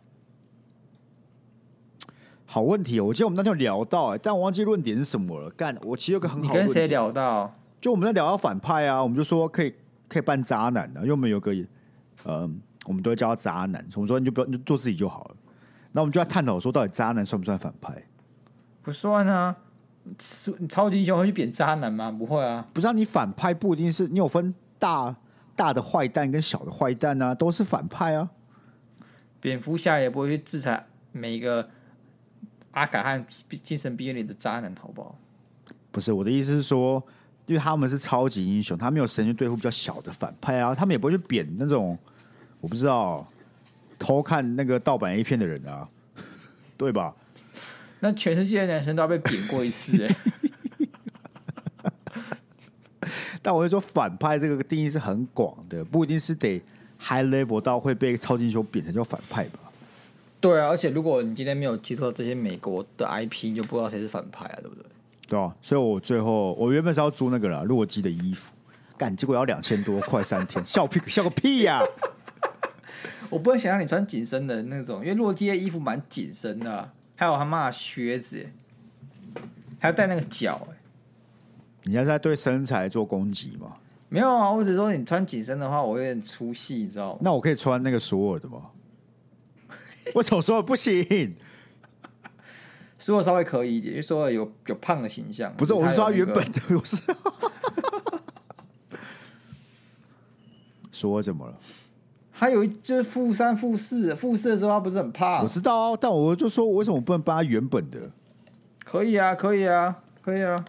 Speaker 1: 好问题哦。我记得我们那天有聊到、哎，但我忘记论点是什么了。干，我其实有个很
Speaker 2: 你
Speaker 1: 好的
Speaker 2: 跟
Speaker 1: 论
Speaker 2: 谁
Speaker 1: 点，
Speaker 2: 聊到？
Speaker 1: 就我们在聊到反派啊，我们就说可以可以扮渣男啊，因为我们有个呃，我们都会叫他渣男，所以我们说你就不要你就做自己就好了。那我们就要探讨说，到底渣男算不算反派？
Speaker 2: 不算啊，是超级英雄会去贬渣男吗？不会啊，
Speaker 1: 不是、啊、你反派不一定是你有分大大的坏蛋跟小的坏蛋啊，都是反派啊。
Speaker 2: 蝙蝠侠也不会去制裁每一个阿卡汉精神病院里的渣男，好不好？
Speaker 1: 不是我的意思是说，因为他们是超级英雄，他们有时间去对付比较小的反派啊，他们也不会去贬那种我不知道偷看那个盗版 A 片的人啊， 对吧？
Speaker 2: 那全世界的男生都要被贬过一 次、欸，
Speaker 1: 但我会说反派这个定义是很广的，不一定是得 high level 到会被超级英雄贬才叫反派吧？
Speaker 2: 对啊，而且如果你今天没有接触到这些美国的 IP，你就不知道谁是反派啊，对不对？
Speaker 1: 对啊，所以我最后我原本是要租那个啦，洛基的衣服，干结果要两千多块三天，笑屁笑个屁呀、
Speaker 2: 我不能想象你穿紧身的那种，因为洛基的衣服蛮紧身的啊、还有他妈的靴子耶，还要带那个脚欸耶，
Speaker 1: 你现在是在对身材做攻击吗？
Speaker 2: 没有啊，我只是说你穿紧身的话，我有点出戏，你知道吗？
Speaker 1: 那我可以穿那个索尔的吗？为什么说不行？
Speaker 2: 所以我稍微可以一点，因为说有有胖的形象。
Speaker 1: 不是，我是说他原本
Speaker 2: 就是他有那个
Speaker 1: 的，我是索尔怎么了？
Speaker 2: 他有一就是负三、负四、负四的时候，他不是很
Speaker 1: 我
Speaker 2: 胖？
Speaker 1: 知道啊，但我就说，我为什么不能搬他原本的？
Speaker 2: 可以啊，可以啊，可以啊，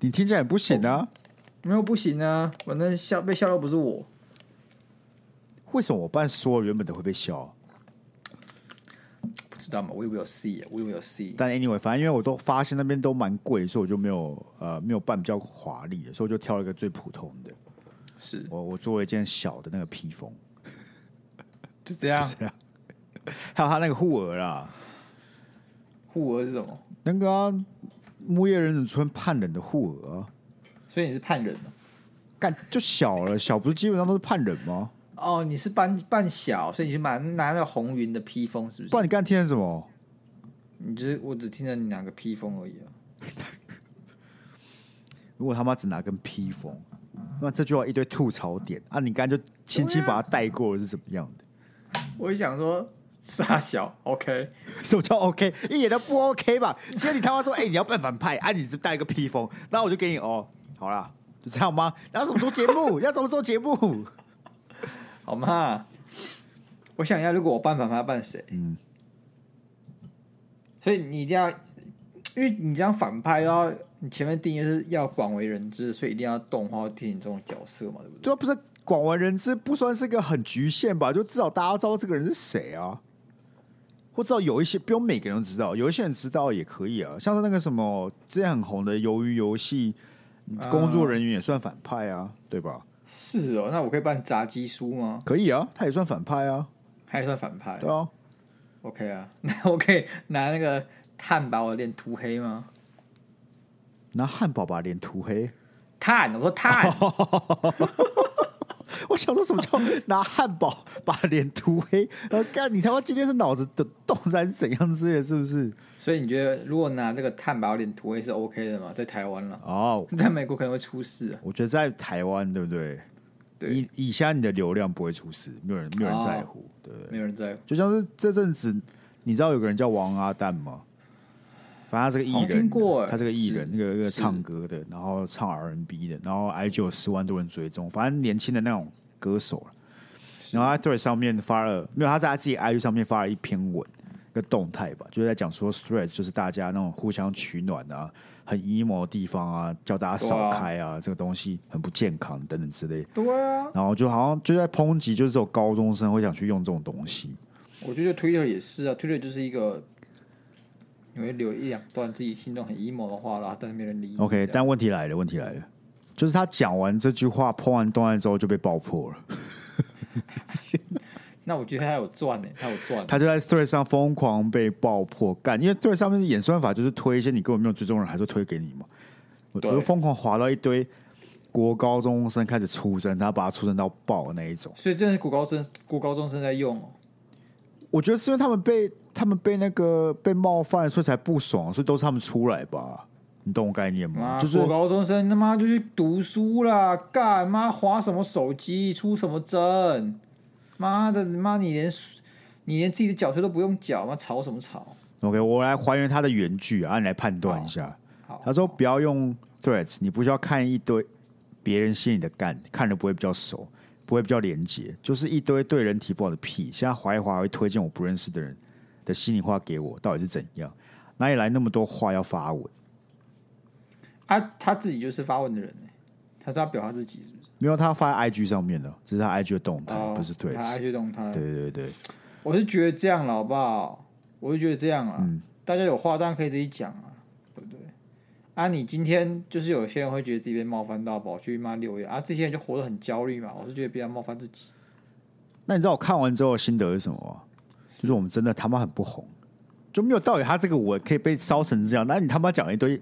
Speaker 1: 你听起来很不行啊，
Speaker 2: 没有不行啊，反正笑被笑到不是我。
Speaker 1: 为什么我办索尔原本的会被笑啊、
Speaker 2: 不知道嘛，我也没有 C，我也没有 C。
Speaker 1: 但 anyway，反正因为我都发现那边都蛮贵，所以我就没有呃没有办比较华丽的，所以我就挑了一个最普通的。
Speaker 2: 是
Speaker 1: 我我做了一件小的那个披风，
Speaker 2: 就这样。
Speaker 1: 还有他那个护额啦，
Speaker 2: 护额是什么？
Speaker 1: 那个、啊、木叶人村判人的护额、啊，
Speaker 2: 所以你是判人的
Speaker 1: 干就小了，小不是基本上都是判人吗？
Speaker 2: 哦，你是扮扮小，所以你去拿拿那个红云的披风，是不
Speaker 1: 不
Speaker 2: 是？
Speaker 1: 然你刚才听成什么？
Speaker 2: 你就是我只听到你拿个披风而已啊。
Speaker 1: 如果他妈只拿根披风，那这句话一堆吐槽点啊！你刚才就轻轻把它带过了是怎么样的？
Speaker 2: 我就想说傻小，OK，
Speaker 1: 什么叫 OK？一点都不 OK 吧？今天你他妈说，哎、你要扮反派，啊，你只带一个披风，那我就给你哦，好啦，就这样吗？要怎么做节目？要怎么做节目？
Speaker 2: 好嘛。我想一下，如果我扮反派扮谁？嗯。所以你一定要，因为你这样反派要你前面定义是要广为人知，所以一定要动画电影这种角色嘛，对不对？
Speaker 1: 对啊，不是广为人知，不算是个很局限吧？就至少大家知道这个人是谁啊，或至少有一些不用每个人都知道，有一些人知道也可以啊。像是那个什么之前很红的《鱿鱼游戏》，工作人员也算反派啊，对吧？
Speaker 2: 是哦，那我可以扮炸鸡叔吗？
Speaker 1: 可以啊，他也算反派啊，
Speaker 2: 还算反派
Speaker 1: 对啊。
Speaker 2: ？OK 啊， 那我可以拿那个炭把我的脸涂黑吗？
Speaker 1: 拿汉堡把脸涂黑，
Speaker 2: 炭，我说炭，
Speaker 1: 我想说什么 叫拿汉堡把脸涂黑？然后干你他妈今天是脑子的动还是怎样之类的，是不是？
Speaker 2: 所以你觉得如果拿这个炭把我脸涂黑是 OK 的吗？在台湾了，
Speaker 1: 哦，
Speaker 2: 在美国可能会出事、啊。
Speaker 1: 我觉得在台湾，对不对？
Speaker 2: 对
Speaker 1: 以以下你的流量不会出事，没有人没有人在乎，对不对？
Speaker 2: 没有人在乎，
Speaker 1: 就像是这阵子，你知道有个人叫王阿蛋吗？反正他是个艺
Speaker 2: 好像
Speaker 1: 人，
Speaker 2: 听过哎
Speaker 1: 他是个艺人，
Speaker 2: 是
Speaker 1: 那个那个
Speaker 2: 是
Speaker 1: 唱歌的，然后唱 R&B 的，然后 IG 有十万多人追踪，反正年轻的那种歌手了。然后他在 Thread 上面发了，没有他在他自己 IG 上面发了一篇文，一个动态吧，就是在讲说 Thread 就是大家那种互相取暖啊，很 emo 的地方啊，叫大家少
Speaker 2: 对啊
Speaker 1: 开啊，这个东西很不健康等等之类的。
Speaker 2: 对啊，
Speaker 1: 然后就好像就在抨击，就是只有高中生会想去用这种东西。
Speaker 2: 我觉得 Twitter 也是啊，Twitter 就是一个你会留一两段自己心中很 emo 的话啦，但是没人理你。
Speaker 1: OK，
Speaker 2: 嗯这样
Speaker 1: 但问题来了，问题来了，就是他讲完这句话，破完段案之后就被爆破了。
Speaker 2: 那我觉得他有赚呢、他有赚。欸
Speaker 1: 他就在 Thread 上疯狂被爆破干，因为 Thread 上面的演算法就是推一些你根本没有追踪的人，还是推给你嘛。我
Speaker 2: 对
Speaker 1: 我就疯狂滑到一堆国高中生开始出声，他把他出声到爆的那一种。
Speaker 2: 所以真的是国高中国高中生在用哦。
Speaker 1: 我觉得是因为他们被他们被那个被冒犯，所以才不爽，所以都是他们出来吧。你懂我概念吗？
Speaker 2: 妈，
Speaker 1: 就是
Speaker 2: 我高中生他妈就去读书啦，干妈划什么手机，出什么针，妈的，妈你连你连自己的缴税都不用缴，妈吵什么吵？
Speaker 1: OK，我来还原他的原句啊，你来判断一下。
Speaker 2: 好，
Speaker 1: 他说不要用 Threads，你不需要看一堆别人心里的干，看了不会比较熟，不会比较廉洁，就是一堆对人体不好的屁。现在划一划还会推荐我不认识的人的心里话给我，到底是怎样？哪里来那么多话要发文？
Speaker 2: 啊，他自己就是发问的人、欸，他说他表达自己是不是？
Speaker 1: 没有，他发在 IG 上面的，这是他 IG 的动态，
Speaker 2: 哦
Speaker 1: 啊不是
Speaker 2: 他
Speaker 1: Threads。
Speaker 2: IG 动态，
Speaker 1: 对对对，
Speaker 2: 我是觉得这样了，好不好？我是觉得这样了，大家有话当然可以自己讲啊，对不对？啊，你今天就是有些人会觉得自己被冒犯到，跑去骂留言啊，这些人就活得很焦虑嘛。我是觉得不要冒犯自己，
Speaker 1: 那你知道我看完之后的心得是什么吗？就是我们真的他妈很不红，就没有道理他这个我可以被烧成这样，那你他妈讲了一堆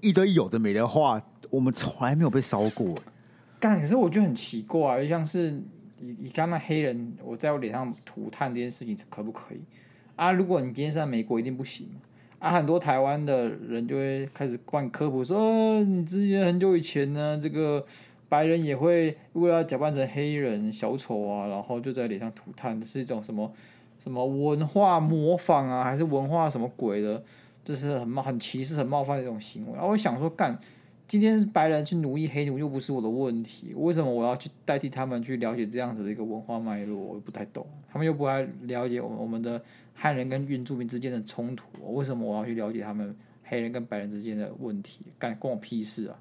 Speaker 1: 一堆有的没的话，我们从来没有被烧过。
Speaker 2: 干，可是我觉得很奇怪、啊，就像是你你刚那黑人，我在我脸上涂炭这件事情可不可以？啊，如果你今天是在美国，一定不行嘛。啊，很多台湾的人就会开始灌科普说，呃你之前很久以前呢，这个白人也会为了假扮成黑人小丑啊，然后就在脸上涂炭，是一种什么什么文化模仿啊，还是文化什么鬼的，就是很冒很歧视、很冒犯的一种行为。然后我想说，干，今天白人去奴役黑奴又不是我的问题，为什么我要去代替他们去了解这样子的一个文化脉络？我不太懂，他们又不太了解我们我们的汉人跟原住民之间的冲突，为什么我要去了解他们黑人跟白人之间的问题？干关我屁事啊！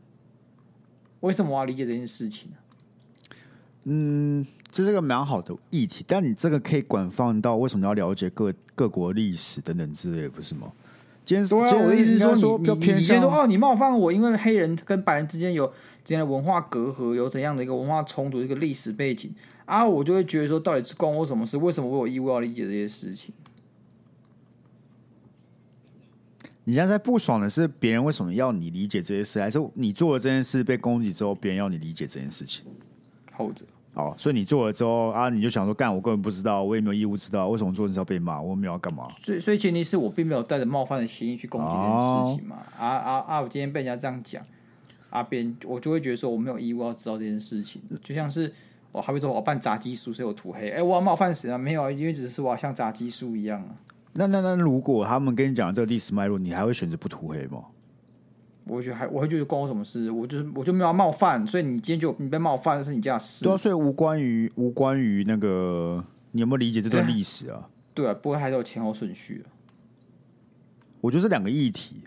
Speaker 2: 为什么我要理解这件事情、啊？
Speaker 1: 这是个蛮好的议题，但你这个可以广泛到为什么要了解各各国历史等等之类，不是吗？今天
Speaker 2: 对啊，
Speaker 1: 今天
Speaker 2: 我的意思是
Speaker 1: 应该
Speaker 2: 说
Speaker 1: 比较
Speaker 2: 你，你
Speaker 1: 偏
Speaker 2: 你先
Speaker 1: 向
Speaker 2: 说哦，你冒犯我，因为黑人跟白人之间有之间的文化隔阂，有怎样的一个文化冲突，一个历史背景啊，我就会觉得说，到底是关我什么事？为什么我有义务要理解这些事情？
Speaker 1: 你现在在不爽的是别人为什么要你理解这些事，还是你做了这件事被攻击之后，别人要你理解这件事情？
Speaker 2: 后者，
Speaker 1: 哦，所以你做了之后啊，你就想说，干，我根本不知道，我也没有义务知道，为什么做这事要被骂，我没有要干嘛？
Speaker 2: 所以所以前提是我并没有带着冒犯的心意去攻击这件事情嘛。啊啊啊！我今天被人家这样讲，啊，别人我就会觉得说我没有义务要知道这件事情，就像是。我还会说，我办炸鸡酥，所以我涂黑。哎、我要冒犯谁啊？没有啊，因为只是我要像炸鸡酥一样啊。
Speaker 1: 那那那，如果他们跟你讲这个历史脉络，你还会选择不涂黑吗？
Speaker 2: 我会觉得还我会觉得关我什么事？我就是我就没有要冒犯，所以你今天就你被冒犯是你家的事
Speaker 1: 对。啊，所以无关于无关于那个你有没有理解这段历史啊？
Speaker 2: 对啊，不过还是有前后顺序的。
Speaker 1: 我觉得是两个议题，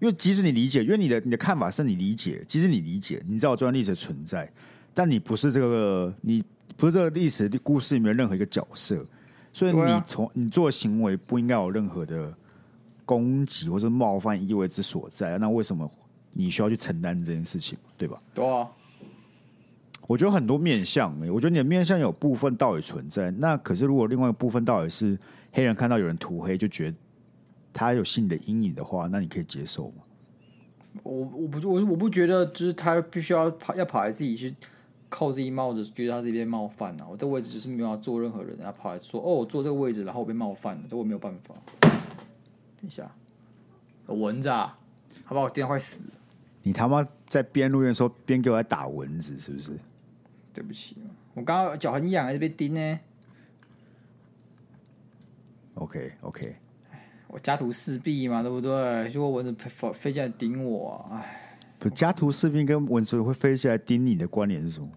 Speaker 1: 因为即使你理解，因为你的你的看法是你理解，即使你理解，你知道这段历史的存在，但你不是这个，你不是这个历史故事里面任何一个角色，所以
Speaker 2: 对
Speaker 1: 你
Speaker 2: 啊
Speaker 1: 从、你做的行为不应该有任何的攻击或是冒犯意味之所在。那为什么你需要去承担这件事情，对吧？
Speaker 2: 对啊，
Speaker 1: 我觉得很多面相、欸，我觉得你的面相有部分道理存在。那可是如果另外一部分道理是黑人看到有人涂黑就觉得他有心理的阴影的话，那你可以接受吗？
Speaker 2: 我我不我我不觉得就是他必须要跑要跑来自己去扣自己帽子，觉得他自己被冒犯啊。我这位置只是没有要做任何人，然后跑来说哦，我坐这个位置，然后我被冒犯了，这我没有办法。等一下，有蚊子啊，他把我电快死了，
Speaker 1: 你他妈在边录音的时候边给我在打蚊子，是不是？
Speaker 2: 对不起，我刚刚脚很痒，还是被叮呢、
Speaker 1: OK OK，
Speaker 2: 我家徒四壁嘛，对不对？结果蚊子飞飞进来叮我、啊，哎，
Speaker 1: 不，家徒四壁跟蚊子会飞起来叮你的关联是什么？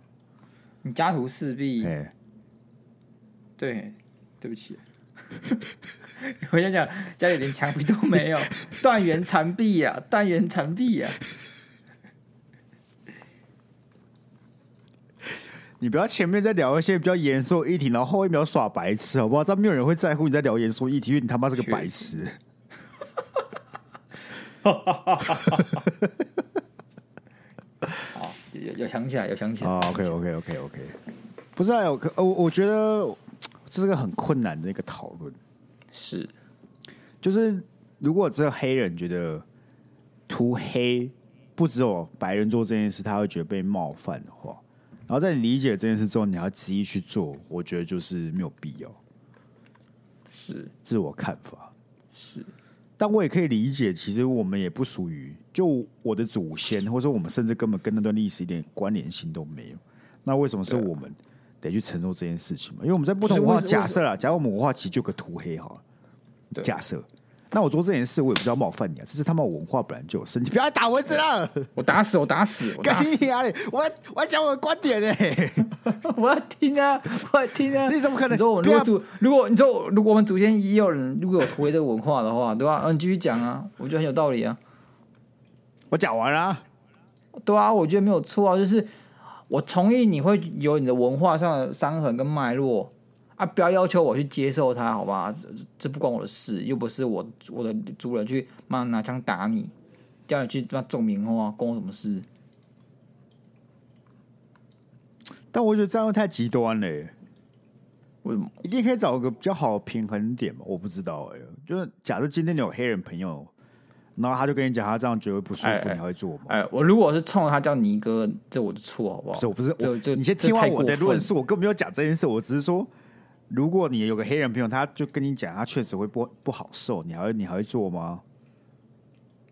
Speaker 2: 你家徒四壁，
Speaker 1: 哎、
Speaker 2: 对，对不起。 我想讲，家里连墙壁都没有，断垣残壁呀、断垣残壁呀、
Speaker 1: 你不要前面在聊一些比较严肃的议题，然后后一秒耍白痴，好不好？这样没有人会在乎你在聊严肃议题，因为你他妈是个
Speaker 2: 确实
Speaker 1: 白痴。
Speaker 2: 好，有有有想起来，有想起来。
Speaker 1: 啊，OK OK OK OK，不是、啊，我可呃我我觉得这是个很困难的一个讨论，
Speaker 2: 是
Speaker 1: 就是如果这个黑人觉得涂黑不只有白人做这件事，他会觉得被冒犯的话，然后在你理解这件事之后，你还要执意去做，我觉得就是没有必要，
Speaker 2: 是
Speaker 1: 这是我看法。
Speaker 2: 是，
Speaker 1: 但我也可以理解，其实我们也不属于就我的祖先，或者说我们甚至根本跟那段历史一点关联性都没有。那为什么是我们得去承受这件事情嘛？因为我们在不同文化
Speaker 2: 其实为
Speaker 1: 假设啦，假如我们文化其实就有个涂黑好了，
Speaker 2: 对
Speaker 1: 假设。那我做这件事，我也不知道冒犯你啊，这是他妈我文化本来就有事，你不要再打蚊子 了，
Speaker 2: 我打死，我打死，我打
Speaker 1: 干
Speaker 2: 死，
Speaker 1: 你啊你！我要我要讲我的观点呢、
Speaker 2: 我要听啊，我要听啊。
Speaker 1: 你怎么可能
Speaker 2: 你说我们
Speaker 1: 不
Speaker 2: 如
Speaker 1: 要
Speaker 2: 果祖，如果你说如果我们祖先也有人如果有回这个文化的话，对吧、嗯，你继续讲啊，我觉得很有道理啊。
Speaker 1: 我讲完啦、
Speaker 2: 对啊，我觉得没有错啊，就是我同意你会有你的文化上的伤痕跟脉络啊，不要要求我去接受它，好吧？这这这不关我的事，又不是我我的族人去妈拿枪打你，叫你去他妈种棉花，关我什么事？
Speaker 1: 但我觉得这样又太极端了、
Speaker 2: 为什么？
Speaker 1: 一定可以找个比较好的平衡点嘛？我不知道哎、就是假设今天你有黑人朋友，然后他就跟你讲他这样觉得会不舒服，
Speaker 2: 哎哎
Speaker 1: 你还会做吗？
Speaker 2: 哎，我如果是冲着他叫尼哥，这我的错好不好
Speaker 1: 不？是，我不是
Speaker 2: 这
Speaker 1: 我
Speaker 2: 这
Speaker 1: 你先
Speaker 2: 这
Speaker 1: 听完
Speaker 2: 太
Speaker 1: 我的
Speaker 2: 过分
Speaker 1: 论述，我根本没有讲这件事，我只是说如果你有个黑人朋友，他就跟你讲，他确实会不不好受，你还会你还会做吗？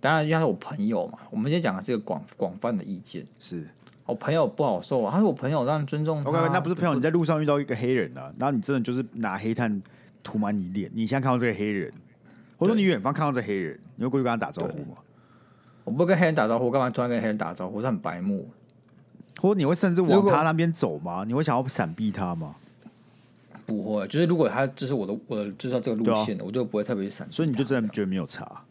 Speaker 2: 当然，因为他是我朋友嘛，我们先讲的是一个广广泛的意见。
Speaker 1: 是
Speaker 2: 我朋友不好受啊，他是我朋友，当然尊重他。
Speaker 1: ，OK，那不是朋友，你在路上遇到一个黑人啊，然后你真的就是拿黑炭涂满你脸，你现在看到这个黑人，或者说你远方看到这黑人，你会过去跟他打招呼吗？
Speaker 2: 我不会跟黑人打招呼，我干嘛突然跟黑人打招呼？我是很白目。
Speaker 1: 或者你会甚至
Speaker 2: 如
Speaker 1: 往
Speaker 2: 果
Speaker 1: 他那边走吗？你会想要闪避他吗？
Speaker 2: 不会，就是如果他就是我的，我的就是要这个路
Speaker 1: 对啊
Speaker 2: 线的，我就不会特别去闪避他。
Speaker 1: 所以你就真的觉得没有差？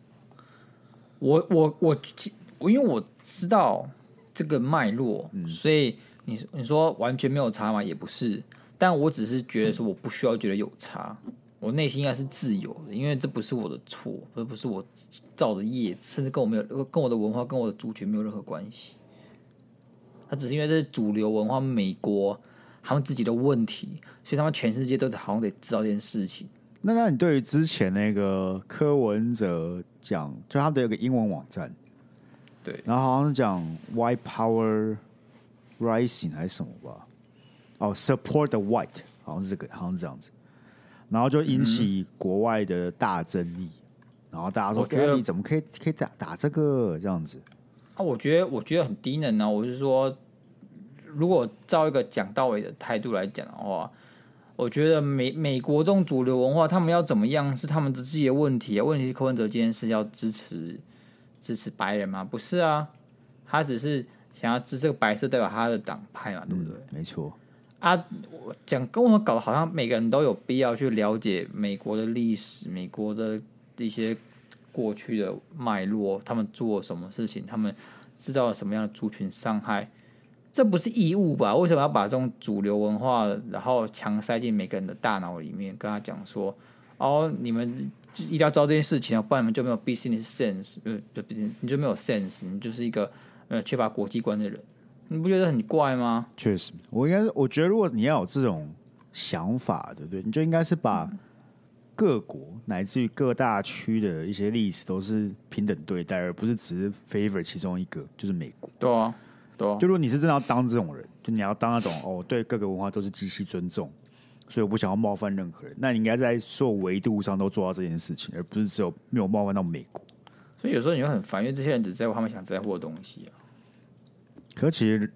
Speaker 2: 我我我其我因为我知道这个脉络，
Speaker 1: 嗯
Speaker 2: 所以你你说完全没有差嘛，也不是，但我只是觉得说我不需要觉得有差，我内心应该是自由的，因为这不是我的错，这不是我造的业，甚至跟我没有跟我的文化跟我的族群没有任何关系，他只是因为这是主流文化，美国他们自己的问题，所以他们全世界都好像得知道这件事情。
Speaker 1: 那那你对于之前那个柯文哲讲，就他们的有个英文网站，
Speaker 2: 对
Speaker 1: 然后好像是讲 White Power Rising 还是什么吧？哦，Support the White，好像是这个，好像是这样子，然后就引起国外的大争议，然后大家说
Speaker 2: 我觉得
Speaker 1: 哎你怎么可以可以打打这个这样子？
Speaker 2: 啊，我觉得我觉得很低能啊！我是说，如果照一个讲道理的态度来讲的话，我觉得美美国这种主流文化，他们要怎么样是他们自己的问题啊。问题是柯文哲今天是要支持支持白人吗？不是啊，他只是想要支持白色代表他的党派嘛，对不对？
Speaker 1: 没错，
Speaker 2: 啊，我讲跟我们搞得好像每个人都有必要去了解美国的历史、美国的一些过去的脉络，他们做了什么事情，他们制造了什么样的族群伤害，这不是义务吧？为什么要把这种主流文化，然后强塞进每个人的大脑里面，跟他讲说，哦，你们一定要知道这件事情啊，不然你们就没有 business sense，呃，就你就没有 sense，你就是一个呃缺乏国际观的人，你不觉得很怪吗？
Speaker 1: 确实，我应该是我觉得，如果你要有这种想法，对不对？你就应该是把各国乃至于各大区的一些历史都是平等对待，而不是只是 favor 其中一个，就是美国。
Speaker 2: 对啊，对啊。
Speaker 1: 就如果你是真的要当这种人，就你要当那种哦，对各个文化都是极其尊重，所以我不想要冒犯任何人。那你应该在所有维度上都做到这件事情，而不是只有没有冒犯到美国。
Speaker 2: 所以有时候你会很烦，因为这些人只在乎他们想在乎的东西啊。
Speaker 1: 可其实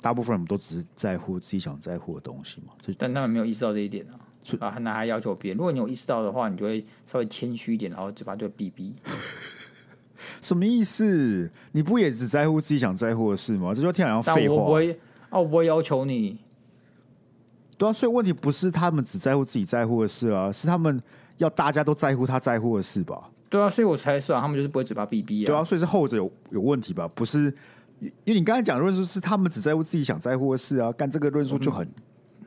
Speaker 1: 大部分人不都只是在乎自己想在乎的东西嘛，这
Speaker 2: 但他们没有意识到这一点啊。啊，那还要求别人。如果你有意识到的话，你就会稍微谦虚一点，然后嘴巴就会 哔哔。
Speaker 1: 什么意思？你不也只在乎自己想在乎的事吗？这就听好像
Speaker 2: 但
Speaker 1: 废
Speaker 2: 我不
Speaker 1: 话。
Speaker 2: 会啊，我不会要求你。
Speaker 1: 对啊，所以问题不是他们只在乎自己在乎的事啊，是他们要大家都在乎他在乎的事吧？
Speaker 2: 对啊，所以我才说啊他们就是不会嘴巴哔哔啊。
Speaker 1: 对啊，，所以是后者有有问题吧？不是，因因为你刚才讲的论述是他们只在乎自己想在乎的事啊，干这个论述就很、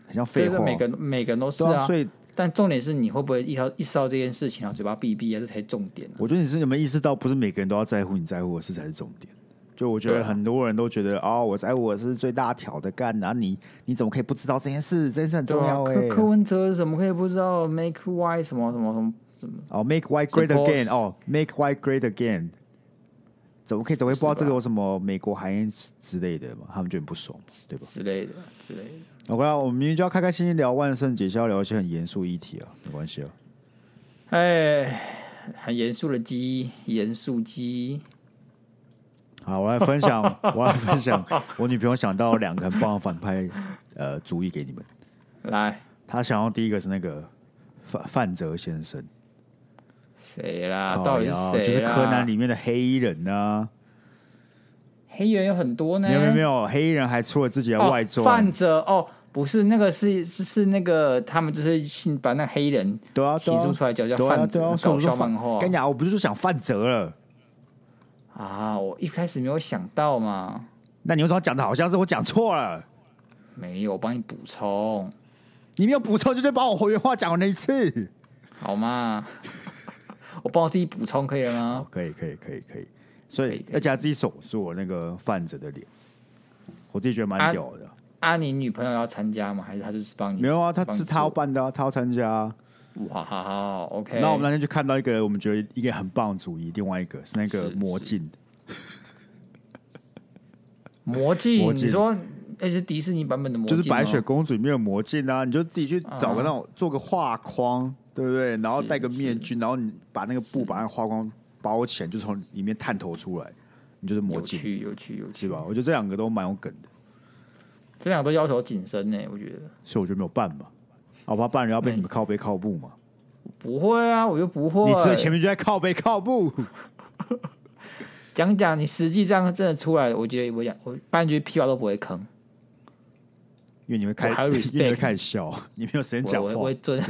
Speaker 1: 很像
Speaker 2: 所以
Speaker 1: 废话。
Speaker 2: 嗯每个人每个人都是
Speaker 1: 对啊，所以
Speaker 2: 但重点是你会不会意识到意识到这件事情，然后嘴巴哔哔啊，这才是重点、啊。
Speaker 1: 我觉得你是有没有意识到，不是每个人都要在乎你在乎的事才是重点。就我觉
Speaker 2: 对
Speaker 1: 得
Speaker 2: 啊
Speaker 1: 很多人都觉得哦，我在乎的是最大条的干，然后你你怎么可以不知道这件事？这件事很
Speaker 2: 对
Speaker 1: 重
Speaker 2: 啊，
Speaker 1: 要哎、
Speaker 2: 柯柯文哲怎么可以不知道 make why 什么什么什么？
Speaker 1: 哦，Make White Great
Speaker 2: Suppose-
Speaker 1: Again，哦，Make White Great Again，怎么可以怎么会不知道
Speaker 2: 是吧
Speaker 1: 这个有什么美国含义之类的嘛？他们就很不爽，对吧
Speaker 2: 之类的之类的。
Speaker 1: ？OK 啊，我们明天就要开开心心聊万圣节，是要聊一些很严肃议题啊，没关系啊。
Speaker 2: 哎，很严肃的鸡，严肃鸡。
Speaker 1: 好，我来分 享，我来分享，我女朋友想到两个很棒的反派呃主意给你们。
Speaker 2: 来，
Speaker 1: 她想要第一个是那个范范泽先生，
Speaker 2: 谁啦？
Speaker 1: 靠
Speaker 2: 啊到底是
Speaker 1: 腰
Speaker 2: 谁啦？
Speaker 1: 就是柯南里面的黑衣人呐、
Speaker 2: 黑人有很多呢。
Speaker 1: 没有没有没有，黑衣人还出了自己的
Speaker 2: 哦
Speaker 1: 外传，
Speaker 2: 犯者哦，不是那个是是是那个他们就是信把那黑人
Speaker 1: 对啊，
Speaker 2: 提
Speaker 1: 对啊
Speaker 2: 出出来叫叫
Speaker 1: 对啊
Speaker 2: 范
Speaker 1: 对啊所
Speaker 2: 泽，
Speaker 1: 以
Speaker 2: 搞
Speaker 1: 我说
Speaker 2: 笑
Speaker 1: 反
Speaker 2: 漫画
Speaker 1: 跟你讲，我不是说想范泽了，
Speaker 2: 啊！我一开始没有想到嘛，
Speaker 1: 那你为什么讲的好像是我讲错了？
Speaker 2: 没有，我帮你补充
Speaker 1: 你没有补充，就再把我原话讲完了一次。
Speaker 2: 好吗？ 我帮我自己补充可以了
Speaker 1: 哦
Speaker 2: 吗？，
Speaker 1: 可以，可以，可以，可以。所
Speaker 2: 可以
Speaker 1: 以
Speaker 2: 可以
Speaker 1: 而且他自己手做那个范泽的脸，我自己觉得蛮
Speaker 2: 啊
Speaker 1: 屌的。
Speaker 2: 啊，你女朋友要参加吗？还是她就是帮你？
Speaker 1: 没有啊，他
Speaker 2: 帮你
Speaker 1: 是他要
Speaker 2: 做
Speaker 1: 办的、啊，他要参加、啊。
Speaker 2: 哇，好好，OK。
Speaker 1: 那我们那天就看到一个我们觉得一个很棒的主意，另外一个是那个
Speaker 2: 是
Speaker 1: 魔镜，
Speaker 2: 魔镜，
Speaker 1: 魔镜
Speaker 2: 你说，哎、而且是迪士尼版本的魔镜
Speaker 1: 就
Speaker 2: 哦，
Speaker 1: 是白雪公主里面有魔镜啊，你就自己去找个那
Speaker 2: 啊
Speaker 1: 种做个画框，对不对？然后戴个面具，然后你把那个布把那个画框包起来，就从里面探头出来，你就是魔
Speaker 2: 有
Speaker 1: 镜，
Speaker 2: 趣有趣有趣，
Speaker 1: 是吧？我觉得这两个都蛮有梗的，
Speaker 2: 这两个都要求紧身呢，我觉得
Speaker 1: 所以我就没有办啊嘛。好吧，不然要被你们靠背靠步嘛。
Speaker 2: 不会啊，我又不会。
Speaker 1: 你这前面就在靠背靠步，
Speaker 2: 讲讲你实际这样真的出来，我觉得我讲我半句屁话都不会吭，
Speaker 1: 因为你会开，
Speaker 2: 我还
Speaker 1: 因
Speaker 2: 有
Speaker 1: 为你会
Speaker 2: respect
Speaker 1: 开始笑，你没有时间讲
Speaker 2: 我我我
Speaker 1: 话
Speaker 2: 会。尊。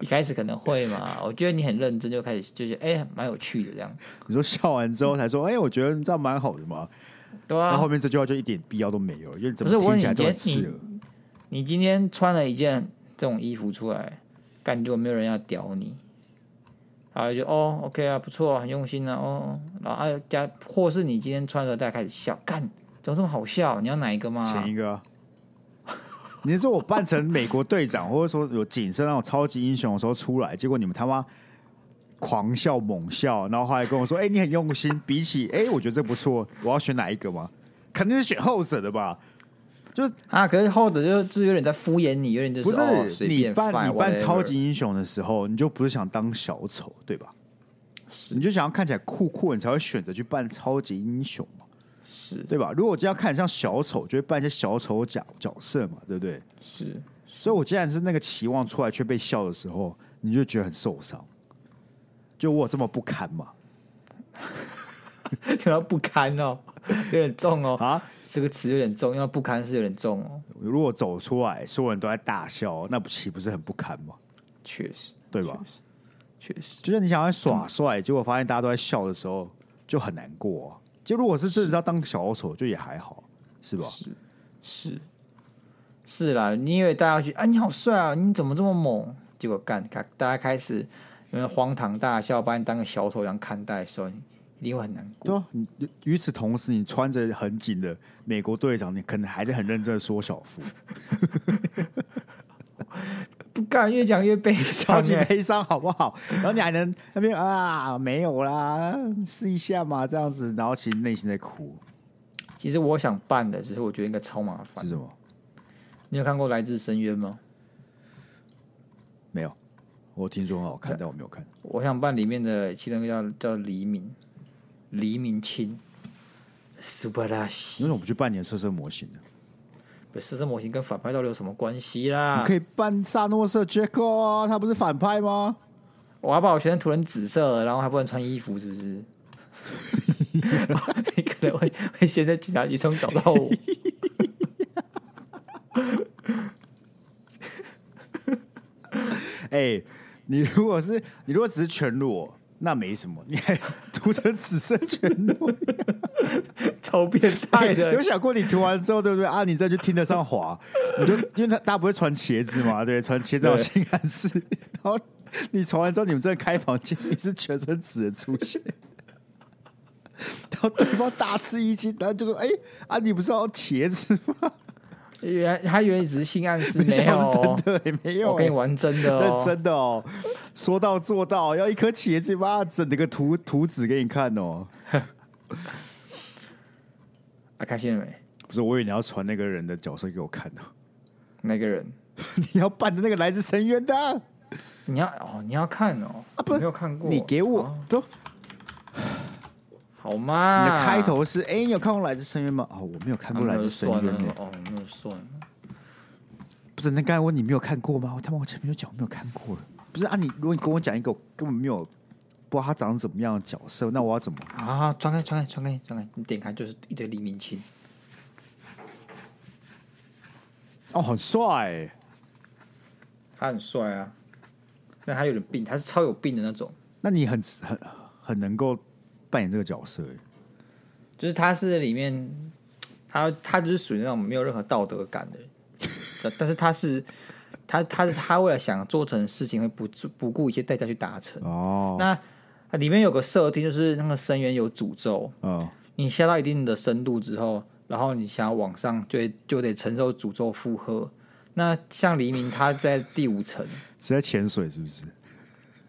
Speaker 2: 一开始可能会嘛，我觉得你很认真，就开始就觉得哎，蛮、有趣的这样，
Speaker 1: 你说笑完之后才说，哎、我觉得你这样蛮好的嘛。
Speaker 2: 对
Speaker 1: 那、
Speaker 2: 啊
Speaker 1: 后。面这句话就一点必要都没有，因为怎
Speaker 2: 不是
Speaker 1: 么
Speaker 2: 我问
Speaker 1: 听起来
Speaker 2: 你
Speaker 1: 都很
Speaker 2: 今
Speaker 1: 刺
Speaker 2: 天
Speaker 1: 耳。
Speaker 2: 你今天穿了一件这种衣服出来，感觉没有人要屌你，然后就哦，OK 啊，不错啊，很用心啊，哦，然后啊加，或是你今天穿的时候大家开始笑，干，怎么这么好笑？你要哪一个吗？
Speaker 1: 前一个啊、你是说我扮成美国队长， 或者说有紧身那种超级英雄的时候出来，结果你们他妈狂笑猛笑，然后后来跟我说：“哎、你很用心。”比起哎、我觉得这不错，我要选哪一个吗？肯定是选后者的吧？
Speaker 2: 啊，可是后者就就有点在敷衍你，有点就是
Speaker 1: 不是、
Speaker 2: 哦随
Speaker 1: 你
Speaker 2: 便
Speaker 1: 扮
Speaker 2: fine，
Speaker 1: 你扮
Speaker 2: whatever
Speaker 1: 超级英雄的时候，你就不是想当小丑对吧？你就想要看起来酷酷，你才会选择去扮超级英雄嘛，
Speaker 2: 是
Speaker 1: 对吧？如果我就要看起来像小丑，就会扮一些小丑角角色嘛，对不对？
Speaker 2: 是
Speaker 1: 所以我既然是那个期望出来却被笑的时候，你就觉得很受伤。就我有这么不堪嘛？
Speaker 2: 用到不堪哦，有点重哦，
Speaker 1: 啊，
Speaker 2: 这个词有点重，用到不堪是有点重哦，
Speaker 1: 如果走出来，所有人都在大笑，那不岂不是很不堪吗？
Speaker 2: 确实
Speaker 1: 对吧？
Speaker 2: 确实
Speaker 1: 就是你想要耍帅，结果发现大家都在笑的时候，就很难过、啊。就如果是真的要当小丑，就也还好，是吧？
Speaker 2: 是是啦，你以为大家去啊，你好帅啊，你怎么这么猛？结果干，大大家开始因为荒唐大笑，把你当个小丑一样看待的时候，你一定会很难过。
Speaker 1: 对啊，你与此同时，你穿着很紧的美国队长，你可能还在很认真的缩小腹，
Speaker 2: 不干，越讲越悲
Speaker 1: 超
Speaker 2: 伤、
Speaker 1: 级
Speaker 2: 欸。
Speaker 1: 悲伤，好不 好？然后你还能那边啊，没有啦，试一下嘛，这样子，然后其实内心在哭，
Speaker 2: 其实我想办的，只是我觉得应该超麻烦
Speaker 1: 是。什么？
Speaker 2: 你有看过《来自深渊》吗？
Speaker 1: 没有，我听说很好看，但我没有看。
Speaker 2: 我想办里面的其中一个叫叫黎明，黎明清，苏巴拉
Speaker 1: 你
Speaker 2: 西。
Speaker 1: 为什么不去扮演色色模型呢？
Speaker 2: 不是，这模型跟反派到底有什么关系啦
Speaker 1: 你可？以扮萨诺瑟 Jacko 啊，他不是反派吗？
Speaker 2: 我要把我全身涂成紫色，然后还不能穿衣 服，是不 是？你可能会会先在警察局中找到 我。
Speaker 1: 哎、你如果是你如果只是全裸，那没什么，你还 涂成紫色全裸，
Speaker 2: 超变态
Speaker 1: 你 有
Speaker 2: 的，
Speaker 1: 想过你涂完之后，对不对啊？你再去听得上 滑，你就因为他大家不会穿茄子嘛，对，穿茄子到
Speaker 2: 对
Speaker 1: 性暗示，然后你传完之后，你们在开房间，你是全身紫的出现。 然后对方大吃一惊，然后就说：“哎、啊，你不是要茄子吗？
Speaker 2: 原来他以为只是性暗示，没有
Speaker 1: 想
Speaker 2: 哦
Speaker 1: 是，真的、欸，没有、
Speaker 2: 我跟你玩真的
Speaker 1: 认
Speaker 2: 哦。
Speaker 1: 真的哦，说到做到，要一颗茄子，妈整了个图图纸给你看哦。
Speaker 2: 啊，开心了没？
Speaker 1: 不是，我以为你要传那个人的角色给我看呢、
Speaker 2: 那个人，
Speaker 1: 你要扮的那个来自深渊的啊、
Speaker 2: 你要哦，你要看哦，
Speaker 1: 啊不是
Speaker 2: 我没有看过，
Speaker 1: 你给我
Speaker 2: 哦
Speaker 1: 都、
Speaker 2: 好吗？
Speaker 1: 你的开头是哎、你有看过来自深渊吗？哦，我没有看
Speaker 2: 啊
Speaker 1: 过来
Speaker 2: 那
Speaker 1: 自
Speaker 2: 就
Speaker 1: 深
Speaker 2: 算
Speaker 1: 渊
Speaker 2: 了
Speaker 1: 呢、
Speaker 2: 哦，那就算了。
Speaker 1: 不是，那刚才问你没有看过吗？我他妈我前面就讲我没有看过了。不是啊，你如果你跟我讲一个我根本没有不知道他长得怎么样的角色，那我要怎么？
Speaker 2: 啊，转开，转开，转开，转开！你点开就是一堆黎明清，
Speaker 1: 哦，很帅、欸，
Speaker 2: 他很帅啊，但他有点病，他是超有病的那种，
Speaker 1: 那你很很很能够扮演这个角色、欸。
Speaker 2: 就是他是里面，他他就是属于那种没有任何道德感的人，但但是他是他他他为了想做成事情，会不不顾一切代价去达成。
Speaker 1: 哦，
Speaker 2: 那里面有个设定，就是那个深渊有诅咒，
Speaker 1: 嗯，
Speaker 2: 你下到一定的深度之后，然后你想要往上，就会就得承受诅咒负荷。那像黎明，他在第五层。
Speaker 1: 是在潜水是不是？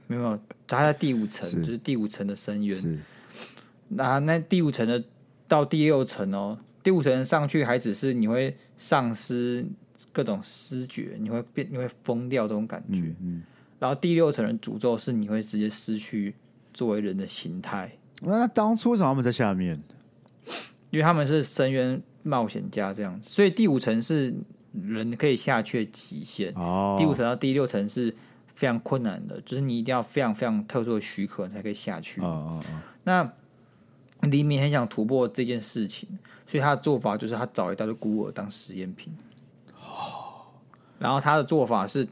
Speaker 2: 没有，它在第五层，
Speaker 1: 是
Speaker 2: 就是第五层的深渊。
Speaker 1: 是
Speaker 2: 那那第五层的到第六层哦，第五层上去还只是你会丧失各种知觉，你会变，你会疯掉这种感觉。
Speaker 1: 嗯嗯，
Speaker 2: 然后第六层的诅咒是你会直接失去作为人的形态，
Speaker 1: 那当初为什么他们在下面？
Speaker 2: 因为他们是深渊冒险家这样子，所以第五层是人可以下去的极限。
Speaker 1: 哦，
Speaker 2: 第五层到第六层是非常困难的，就是你一定要非常非常特殊的许可你才可以下去。
Speaker 1: 嗯嗯嗯，
Speaker 2: 那黎明很想突破这件事情，所以他的做法就是他找一大堆孤儿当实验品。然后他的做法是，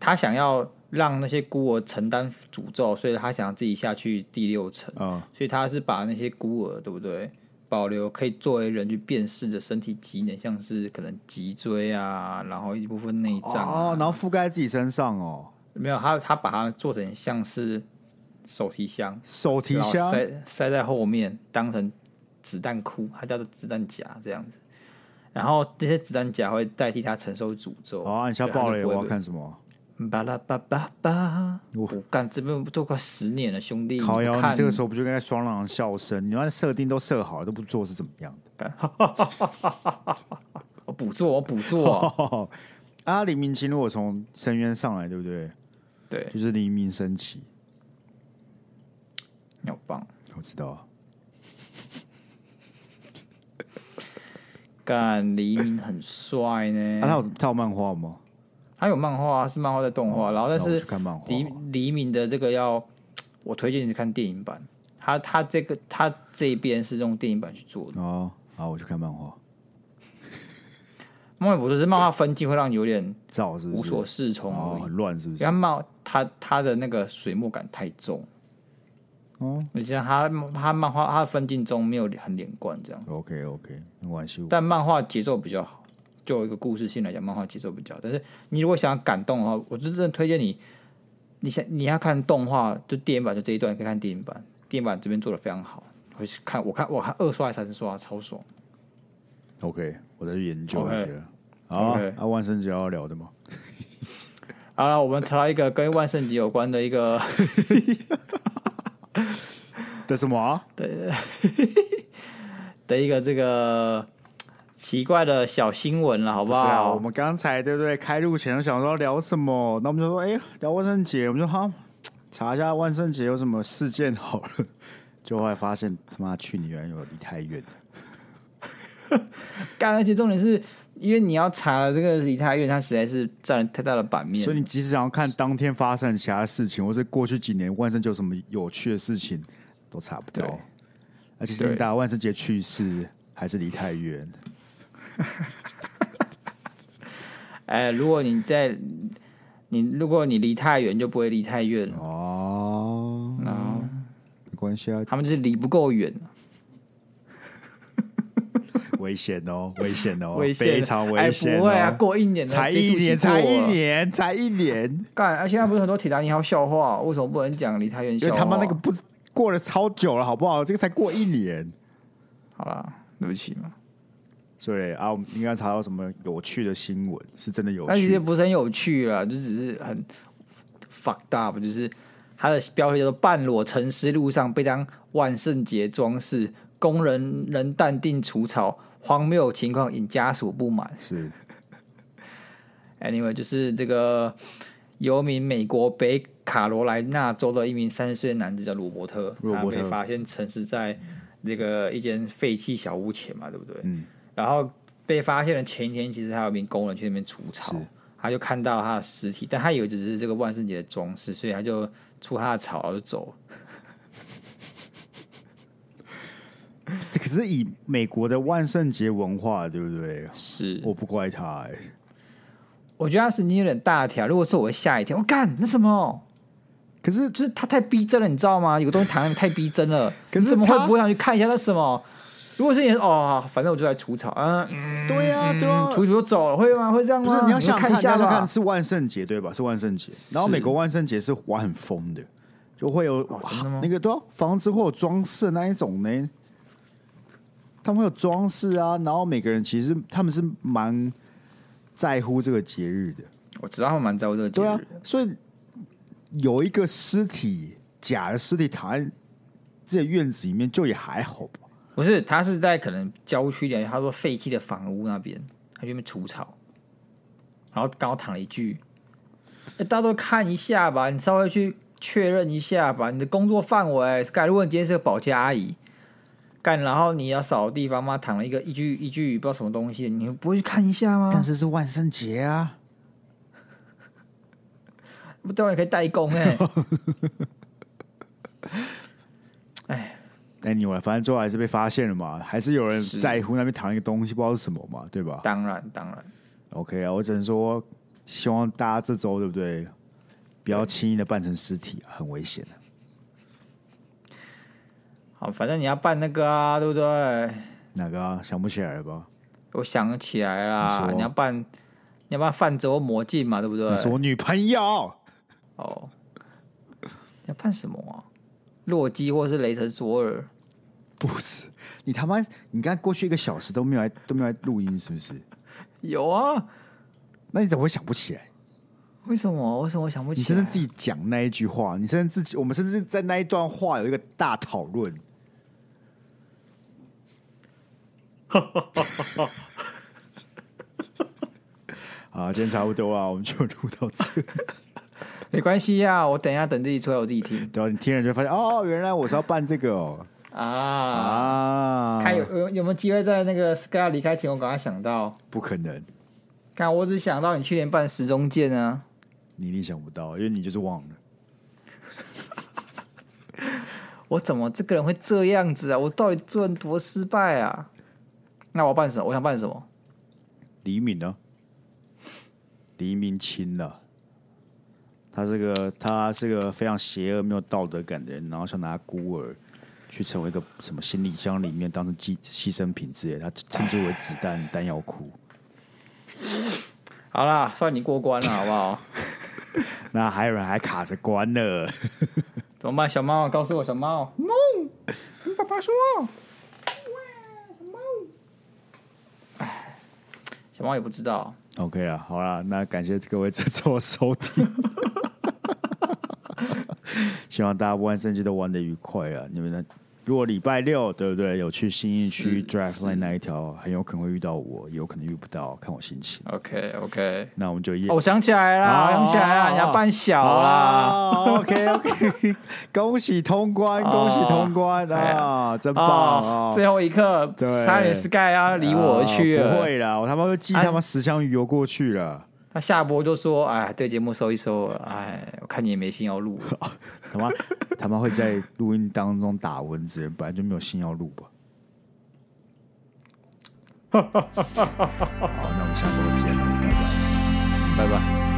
Speaker 2: 他想要让那些孤儿承担诅咒，所以他想自己下去第六层。
Speaker 1: 嗯
Speaker 2: 所以他是把那些孤儿，对不对？保留可以作为人去辨识的身体机能，像是可能脊椎啊，然后一部分内脏、啊、
Speaker 1: 哦，然后覆盖在自己身上哦，
Speaker 2: 没有他，他把它做成像是手提箱，
Speaker 1: 手提
Speaker 2: 然后
Speaker 1: 箱
Speaker 2: 啊塞塞在后面，当成子弹库，它叫做子弹夹这样子。然后这些子弹夹会代替他承受诅咒。
Speaker 1: 好，按一下
Speaker 2: 对它就
Speaker 1: 爆雷，我
Speaker 2: 不
Speaker 1: 哦
Speaker 2: 会
Speaker 1: 要
Speaker 2: 被
Speaker 1: 看什么？
Speaker 2: 嗯巴拉巴巴巴。
Speaker 1: 我
Speaker 2: 我干这边都快十年了，兄弟。
Speaker 1: 烤
Speaker 2: 你
Speaker 1: 窑，
Speaker 2: 看
Speaker 1: 你这个时候不就应该双狼笑声？你那设定都设好了，都不做是怎么样 的？
Speaker 2: 我补做，我 补
Speaker 1: 哦
Speaker 2: 做。
Speaker 1: 啊，黎明清如果从深渊上来，对不对？
Speaker 2: 对，
Speaker 1: 就是黎明升起，
Speaker 2: 你好棒。
Speaker 1: 我知道。啊
Speaker 2: 干黎明很帅呢。
Speaker 1: 啊，他有他有漫画吗？
Speaker 2: 他有漫画啊，是漫画在动画，然后但
Speaker 1: 哦那我
Speaker 2: 是
Speaker 1: 去看漫画
Speaker 2: 黎
Speaker 1: 好
Speaker 2: 黎明的这个要，我推荐你去看电影版。他他这个他这一边是用电影版去做的，
Speaker 1: 哦，好，我去看漫画，
Speaker 2: 漫画不是是漫画分镜会让你有点
Speaker 1: 照是不
Speaker 2: 无
Speaker 1: 是？
Speaker 2: 所适从
Speaker 1: 哦，
Speaker 2: 而已。啊
Speaker 1: 很乱是不是
Speaker 2: 然？后漫他他的那个水墨感太重，
Speaker 1: 哦
Speaker 2: 你像他他漫画他的分镜中没有很连贯这样，
Speaker 1: ，OK OK，没关系。
Speaker 2: 但漫画节奏比较好。就有一个故事性来讲，漫画节奏比较好，但是你如果想要感动的话，我就真的推荐你，你想你要看动画，就电影版就这一段可以看电影版，电影版这边做的非常好，回去看我看我看二刷还是三刷，超爽。
Speaker 1: OK，我再去研究一
Speaker 2: OK
Speaker 1: 下。好啊
Speaker 2: OK，
Speaker 1: 啊，万圣节要聊的吗？
Speaker 2: 好了，我们查到一个跟万圣节有关的一个，
Speaker 1: 的什么啊？
Speaker 2: 的一个这个奇怪的小新闻了，好不
Speaker 1: 不是啊，
Speaker 2: 好？
Speaker 1: 我们刚才对不对？开录前想说要聊什么，那我们就说，哎、聊万圣节，我们就好查一下万圣节有什么事件好了。 就后来发现，他妈去你原来有离太远，
Speaker 2: 干，而且重点是因为你要查了这个梨泰院，它实在是占了太大的版面，
Speaker 1: 所以你即使想要看当天发生的其他事情，或是过去几年万圣节有什么有趣的事情，都查不到
Speaker 2: 对。
Speaker 1: 而且你打万圣节去世还是离太远，
Speaker 2: 哎，如果你在你如果你离太远，就不会离太远了。
Speaker 1: 哦，
Speaker 2: 然后
Speaker 1: 没关系啊，
Speaker 2: 他们就是离不够远，
Speaker 1: 危险哦，危险哦，
Speaker 2: 危险，
Speaker 1: 非常危险、
Speaker 2: 哎，
Speaker 1: 哦
Speaker 2: 不会啊，过一年了
Speaker 1: 才一年，才一。年，才一年，
Speaker 2: 干，啊，现在不是很多铁达尼号笑话，为什么不能讲离太远
Speaker 1: 因
Speaker 2: 笑
Speaker 1: 为
Speaker 2: 话？
Speaker 1: 他妈那个不过了超久了，好不好？这个才过一年。
Speaker 2: 好啦，对不起嘛，
Speaker 1: 所以啊，我们应该查到什么有趣的新闻？是真的有
Speaker 2: 但其实
Speaker 1: 趣，
Speaker 2: 不是很有趣啦，就只是很 fucked up，就是它的标题叫做“半裸沉尸路上被当万圣节装饰，工人仍淡定除草”。荒谬情况引家属不满，
Speaker 1: 是
Speaker 2: Anyway，就是这个游民美国北卡罗来纳州的一名三十岁的男子叫罗伯特，
Speaker 1: 罗伯特
Speaker 2: 他被发现沉尸在那个一间废弃小屋前嘛，对不对？
Speaker 1: 嗯。
Speaker 2: 然后被发现的前一天，其实还有一名工人去那边除草
Speaker 1: 是，
Speaker 2: 他就看到他的尸体，但他以为只是这个万圣节的装饰，所以他就除他的草然后就走了。
Speaker 1: 这可是以美国的万圣节文化，对不对？
Speaker 2: 是，
Speaker 1: 我不怪他、哎，
Speaker 2: 我觉得他神经有点大条，如果是我会吓一跳，我、干那什么？
Speaker 1: 可是
Speaker 2: 就是他太逼真了，你知道吗？有个东西躺在那里太逼真了，
Speaker 1: 可是
Speaker 2: 你怎么
Speaker 1: 他
Speaker 2: 会不会想去看一下那什么？如果是你哦，反正我就来除草，啊嗯，
Speaker 1: 对啊，对啊，
Speaker 2: 除除就走了，会吗？会这样
Speaker 1: 不
Speaker 2: 吗？
Speaker 1: 是你要
Speaker 2: 就
Speaker 1: 想
Speaker 2: 看一
Speaker 1: 你要
Speaker 2: 下
Speaker 1: 想
Speaker 2: 吧
Speaker 1: 看。是万圣节对吧？是万圣节，然后美国万圣节是玩很疯的，就会有、
Speaker 2: 哦真的吗
Speaker 1: 那个对、啊、房子或有装饰那一种呢，他们会有装饰啊，然后每个人其实他们是蛮在乎这个节日的，
Speaker 2: 我知道他们蛮在乎这个节
Speaker 1: 对啊
Speaker 2: 日，，
Speaker 1: 所以有一个尸体假的尸体躺在自己的院子里面，就也还好吧，
Speaker 2: 不是，他是在可能郊区点，他说废弃的房屋那边，他去那边除草，然后刚好躺了一具。欸大家都看一下吧，你稍微去确认一下吧，你的工作范围。干，如果你今天是个保洁阿姨，干，然后你要扫地方嘛，躺了一个一具一具不知道什么东西，你不会去看一下吗？
Speaker 1: 但是是万圣节啊，
Speaker 2: 不对，也可以代工哎、哎，
Speaker 1: 哎，你反正最后还是被发现了嘛，还是有人
Speaker 2: 是
Speaker 1: 在乎那边躺一个东西，不知道是什么嘛，对吧
Speaker 2: 当然当然，
Speaker 1: ？OK 啊，我只能说，希望大家这周对不对，不要轻易的扮成尸体、啊，很危险的、
Speaker 2: 好，反正你要办那个啊，对不对？
Speaker 1: 哪个、啊、想不起来了吧？
Speaker 2: 我想起来
Speaker 1: 你
Speaker 2: 啦，
Speaker 1: 说
Speaker 2: 你要办，你要办泛舟魔镜嘛，对不对
Speaker 1: 那？是我女朋友。
Speaker 2: 哦，你要办什么啊？洛基或是雷神索尔？
Speaker 1: 不是，你他妈，你刚才过去一个小时都没有来，都没有来录音，是不是？
Speaker 2: 有啊？
Speaker 1: 那你怎么会想不起来？
Speaker 2: 为什么？为什么我想不起
Speaker 1: 你
Speaker 2: 来？
Speaker 1: 真的自己讲那一句话，你甚至自己，我们甚至在那一段话有一个大讨论。 好，今天差不多啊，我们就录到这。
Speaker 2: 没关系呀、我等一下等自己出来，我自己听
Speaker 1: 然后啊你听了就会发现，哦，原来我是要办这个哦。
Speaker 2: 啊。
Speaker 1: 啊，
Speaker 2: 看有有有没有机会在那个 Sky 要离开前，我赶快想到。
Speaker 1: 不可能，
Speaker 2: 看，我只想到你去年办时钟剑啊，
Speaker 1: 你一定想不到，因为你就是忘了。
Speaker 2: 我怎么这个人会这样子啊？我到底做人多失败啊？那我要办什么？我想办什么？
Speaker 1: 黎明呢？黎明清了，他是个他是个非常邪恶、没有道德感的人，然后想拿孤儿去成为一个什么行李箱里面当成牺牺牲品之类的，他称之为子弹弹药库。
Speaker 2: 好啦，算你过关了，好不好？
Speaker 1: 那还有人还卡着关呢，
Speaker 2: 怎么办？小猫，告诉我，小猫梦，你爸爸说，哇，小猫，哎，小猫也不知道，
Speaker 1: OK 了，好了，那感谢各位这周的收听， 希望大家万圣节都玩的愉快啊！你们呢？如果礼拜六对不对有去新义区
Speaker 2: 是
Speaker 1: Drive Line 那一条，很有可能会遇到我，也有可能遇不到，看我心情。
Speaker 2: OK OK，
Speaker 1: 那我们就夜
Speaker 2: 哦，我想起来啦，我想起来啦，你要扮小啦，
Speaker 1: OK OK，恭喜通关，恭喜通关
Speaker 2: 哎呀
Speaker 1: 啊！真棒
Speaker 2: 哦
Speaker 1: 啊，！
Speaker 2: 最后一刻，
Speaker 1: 对
Speaker 2: 差点 Sky 要离我而去
Speaker 1: 啊不
Speaker 2: 了，啊
Speaker 1: 会啦，我他妈就寄他妈十箱鱼油过去了。
Speaker 2: 他下播就说，哎，对节目收一收了，哎，我看你也没心要录了，
Speaker 1: 他妈他妈会在录音当中打蚊子，本来就没有心要录吧。好，那我们下周见了，拜拜。
Speaker 2: 拜拜。